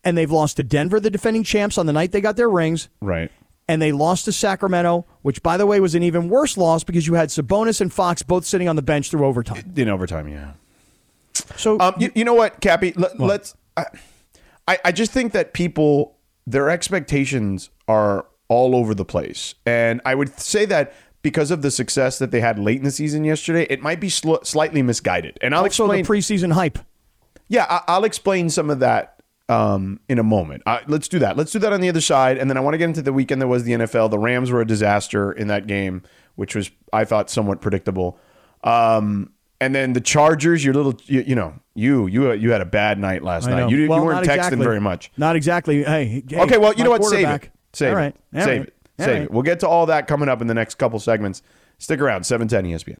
D: and they've lost to Denver the defending champs on the night they got their rings.
B: Right.
D: And they lost to Sacramento, which by the way was an even worse loss because you had Sabonis and Fox both sitting on the bench through overtime.
B: In overtime, yeah.
D: So
B: um, you, you know what, Cappy? Let, us I, I I just think that people their expectations are all over the place, and I would say that because of the success that they had late in the season yesterday, it might be sl- slightly misguided. And I'll
D: also
B: explain
D: the preseason hype.
B: yeah, I- I'll explain some of that um, in a moment. Uh, let's do that. Let's do that on the other side, and then I want to get into the weekend that was the NFL. The Rams were a disaster in that game, which was I thought somewhat predictable. Um, and then the Chargers, your little, you, you know, you you you had a bad night last
D: I
B: night.
D: know.
B: You, didn't-
D: Well,
B: you weren't
D: not
B: texting
D: exactly.
B: very much.
D: Not exactly. Hey, hey,
B: okay, well, you
D: my
B: know what? Save
D: quarterback.
B: it. Save
D: All
B: it.
D: right. All
B: Save
D: right.
B: it.
D: All
B: Save
D: right.
B: it. We'll get to all that coming up in the next couple segments. Stick around. Seven ten E ESPN.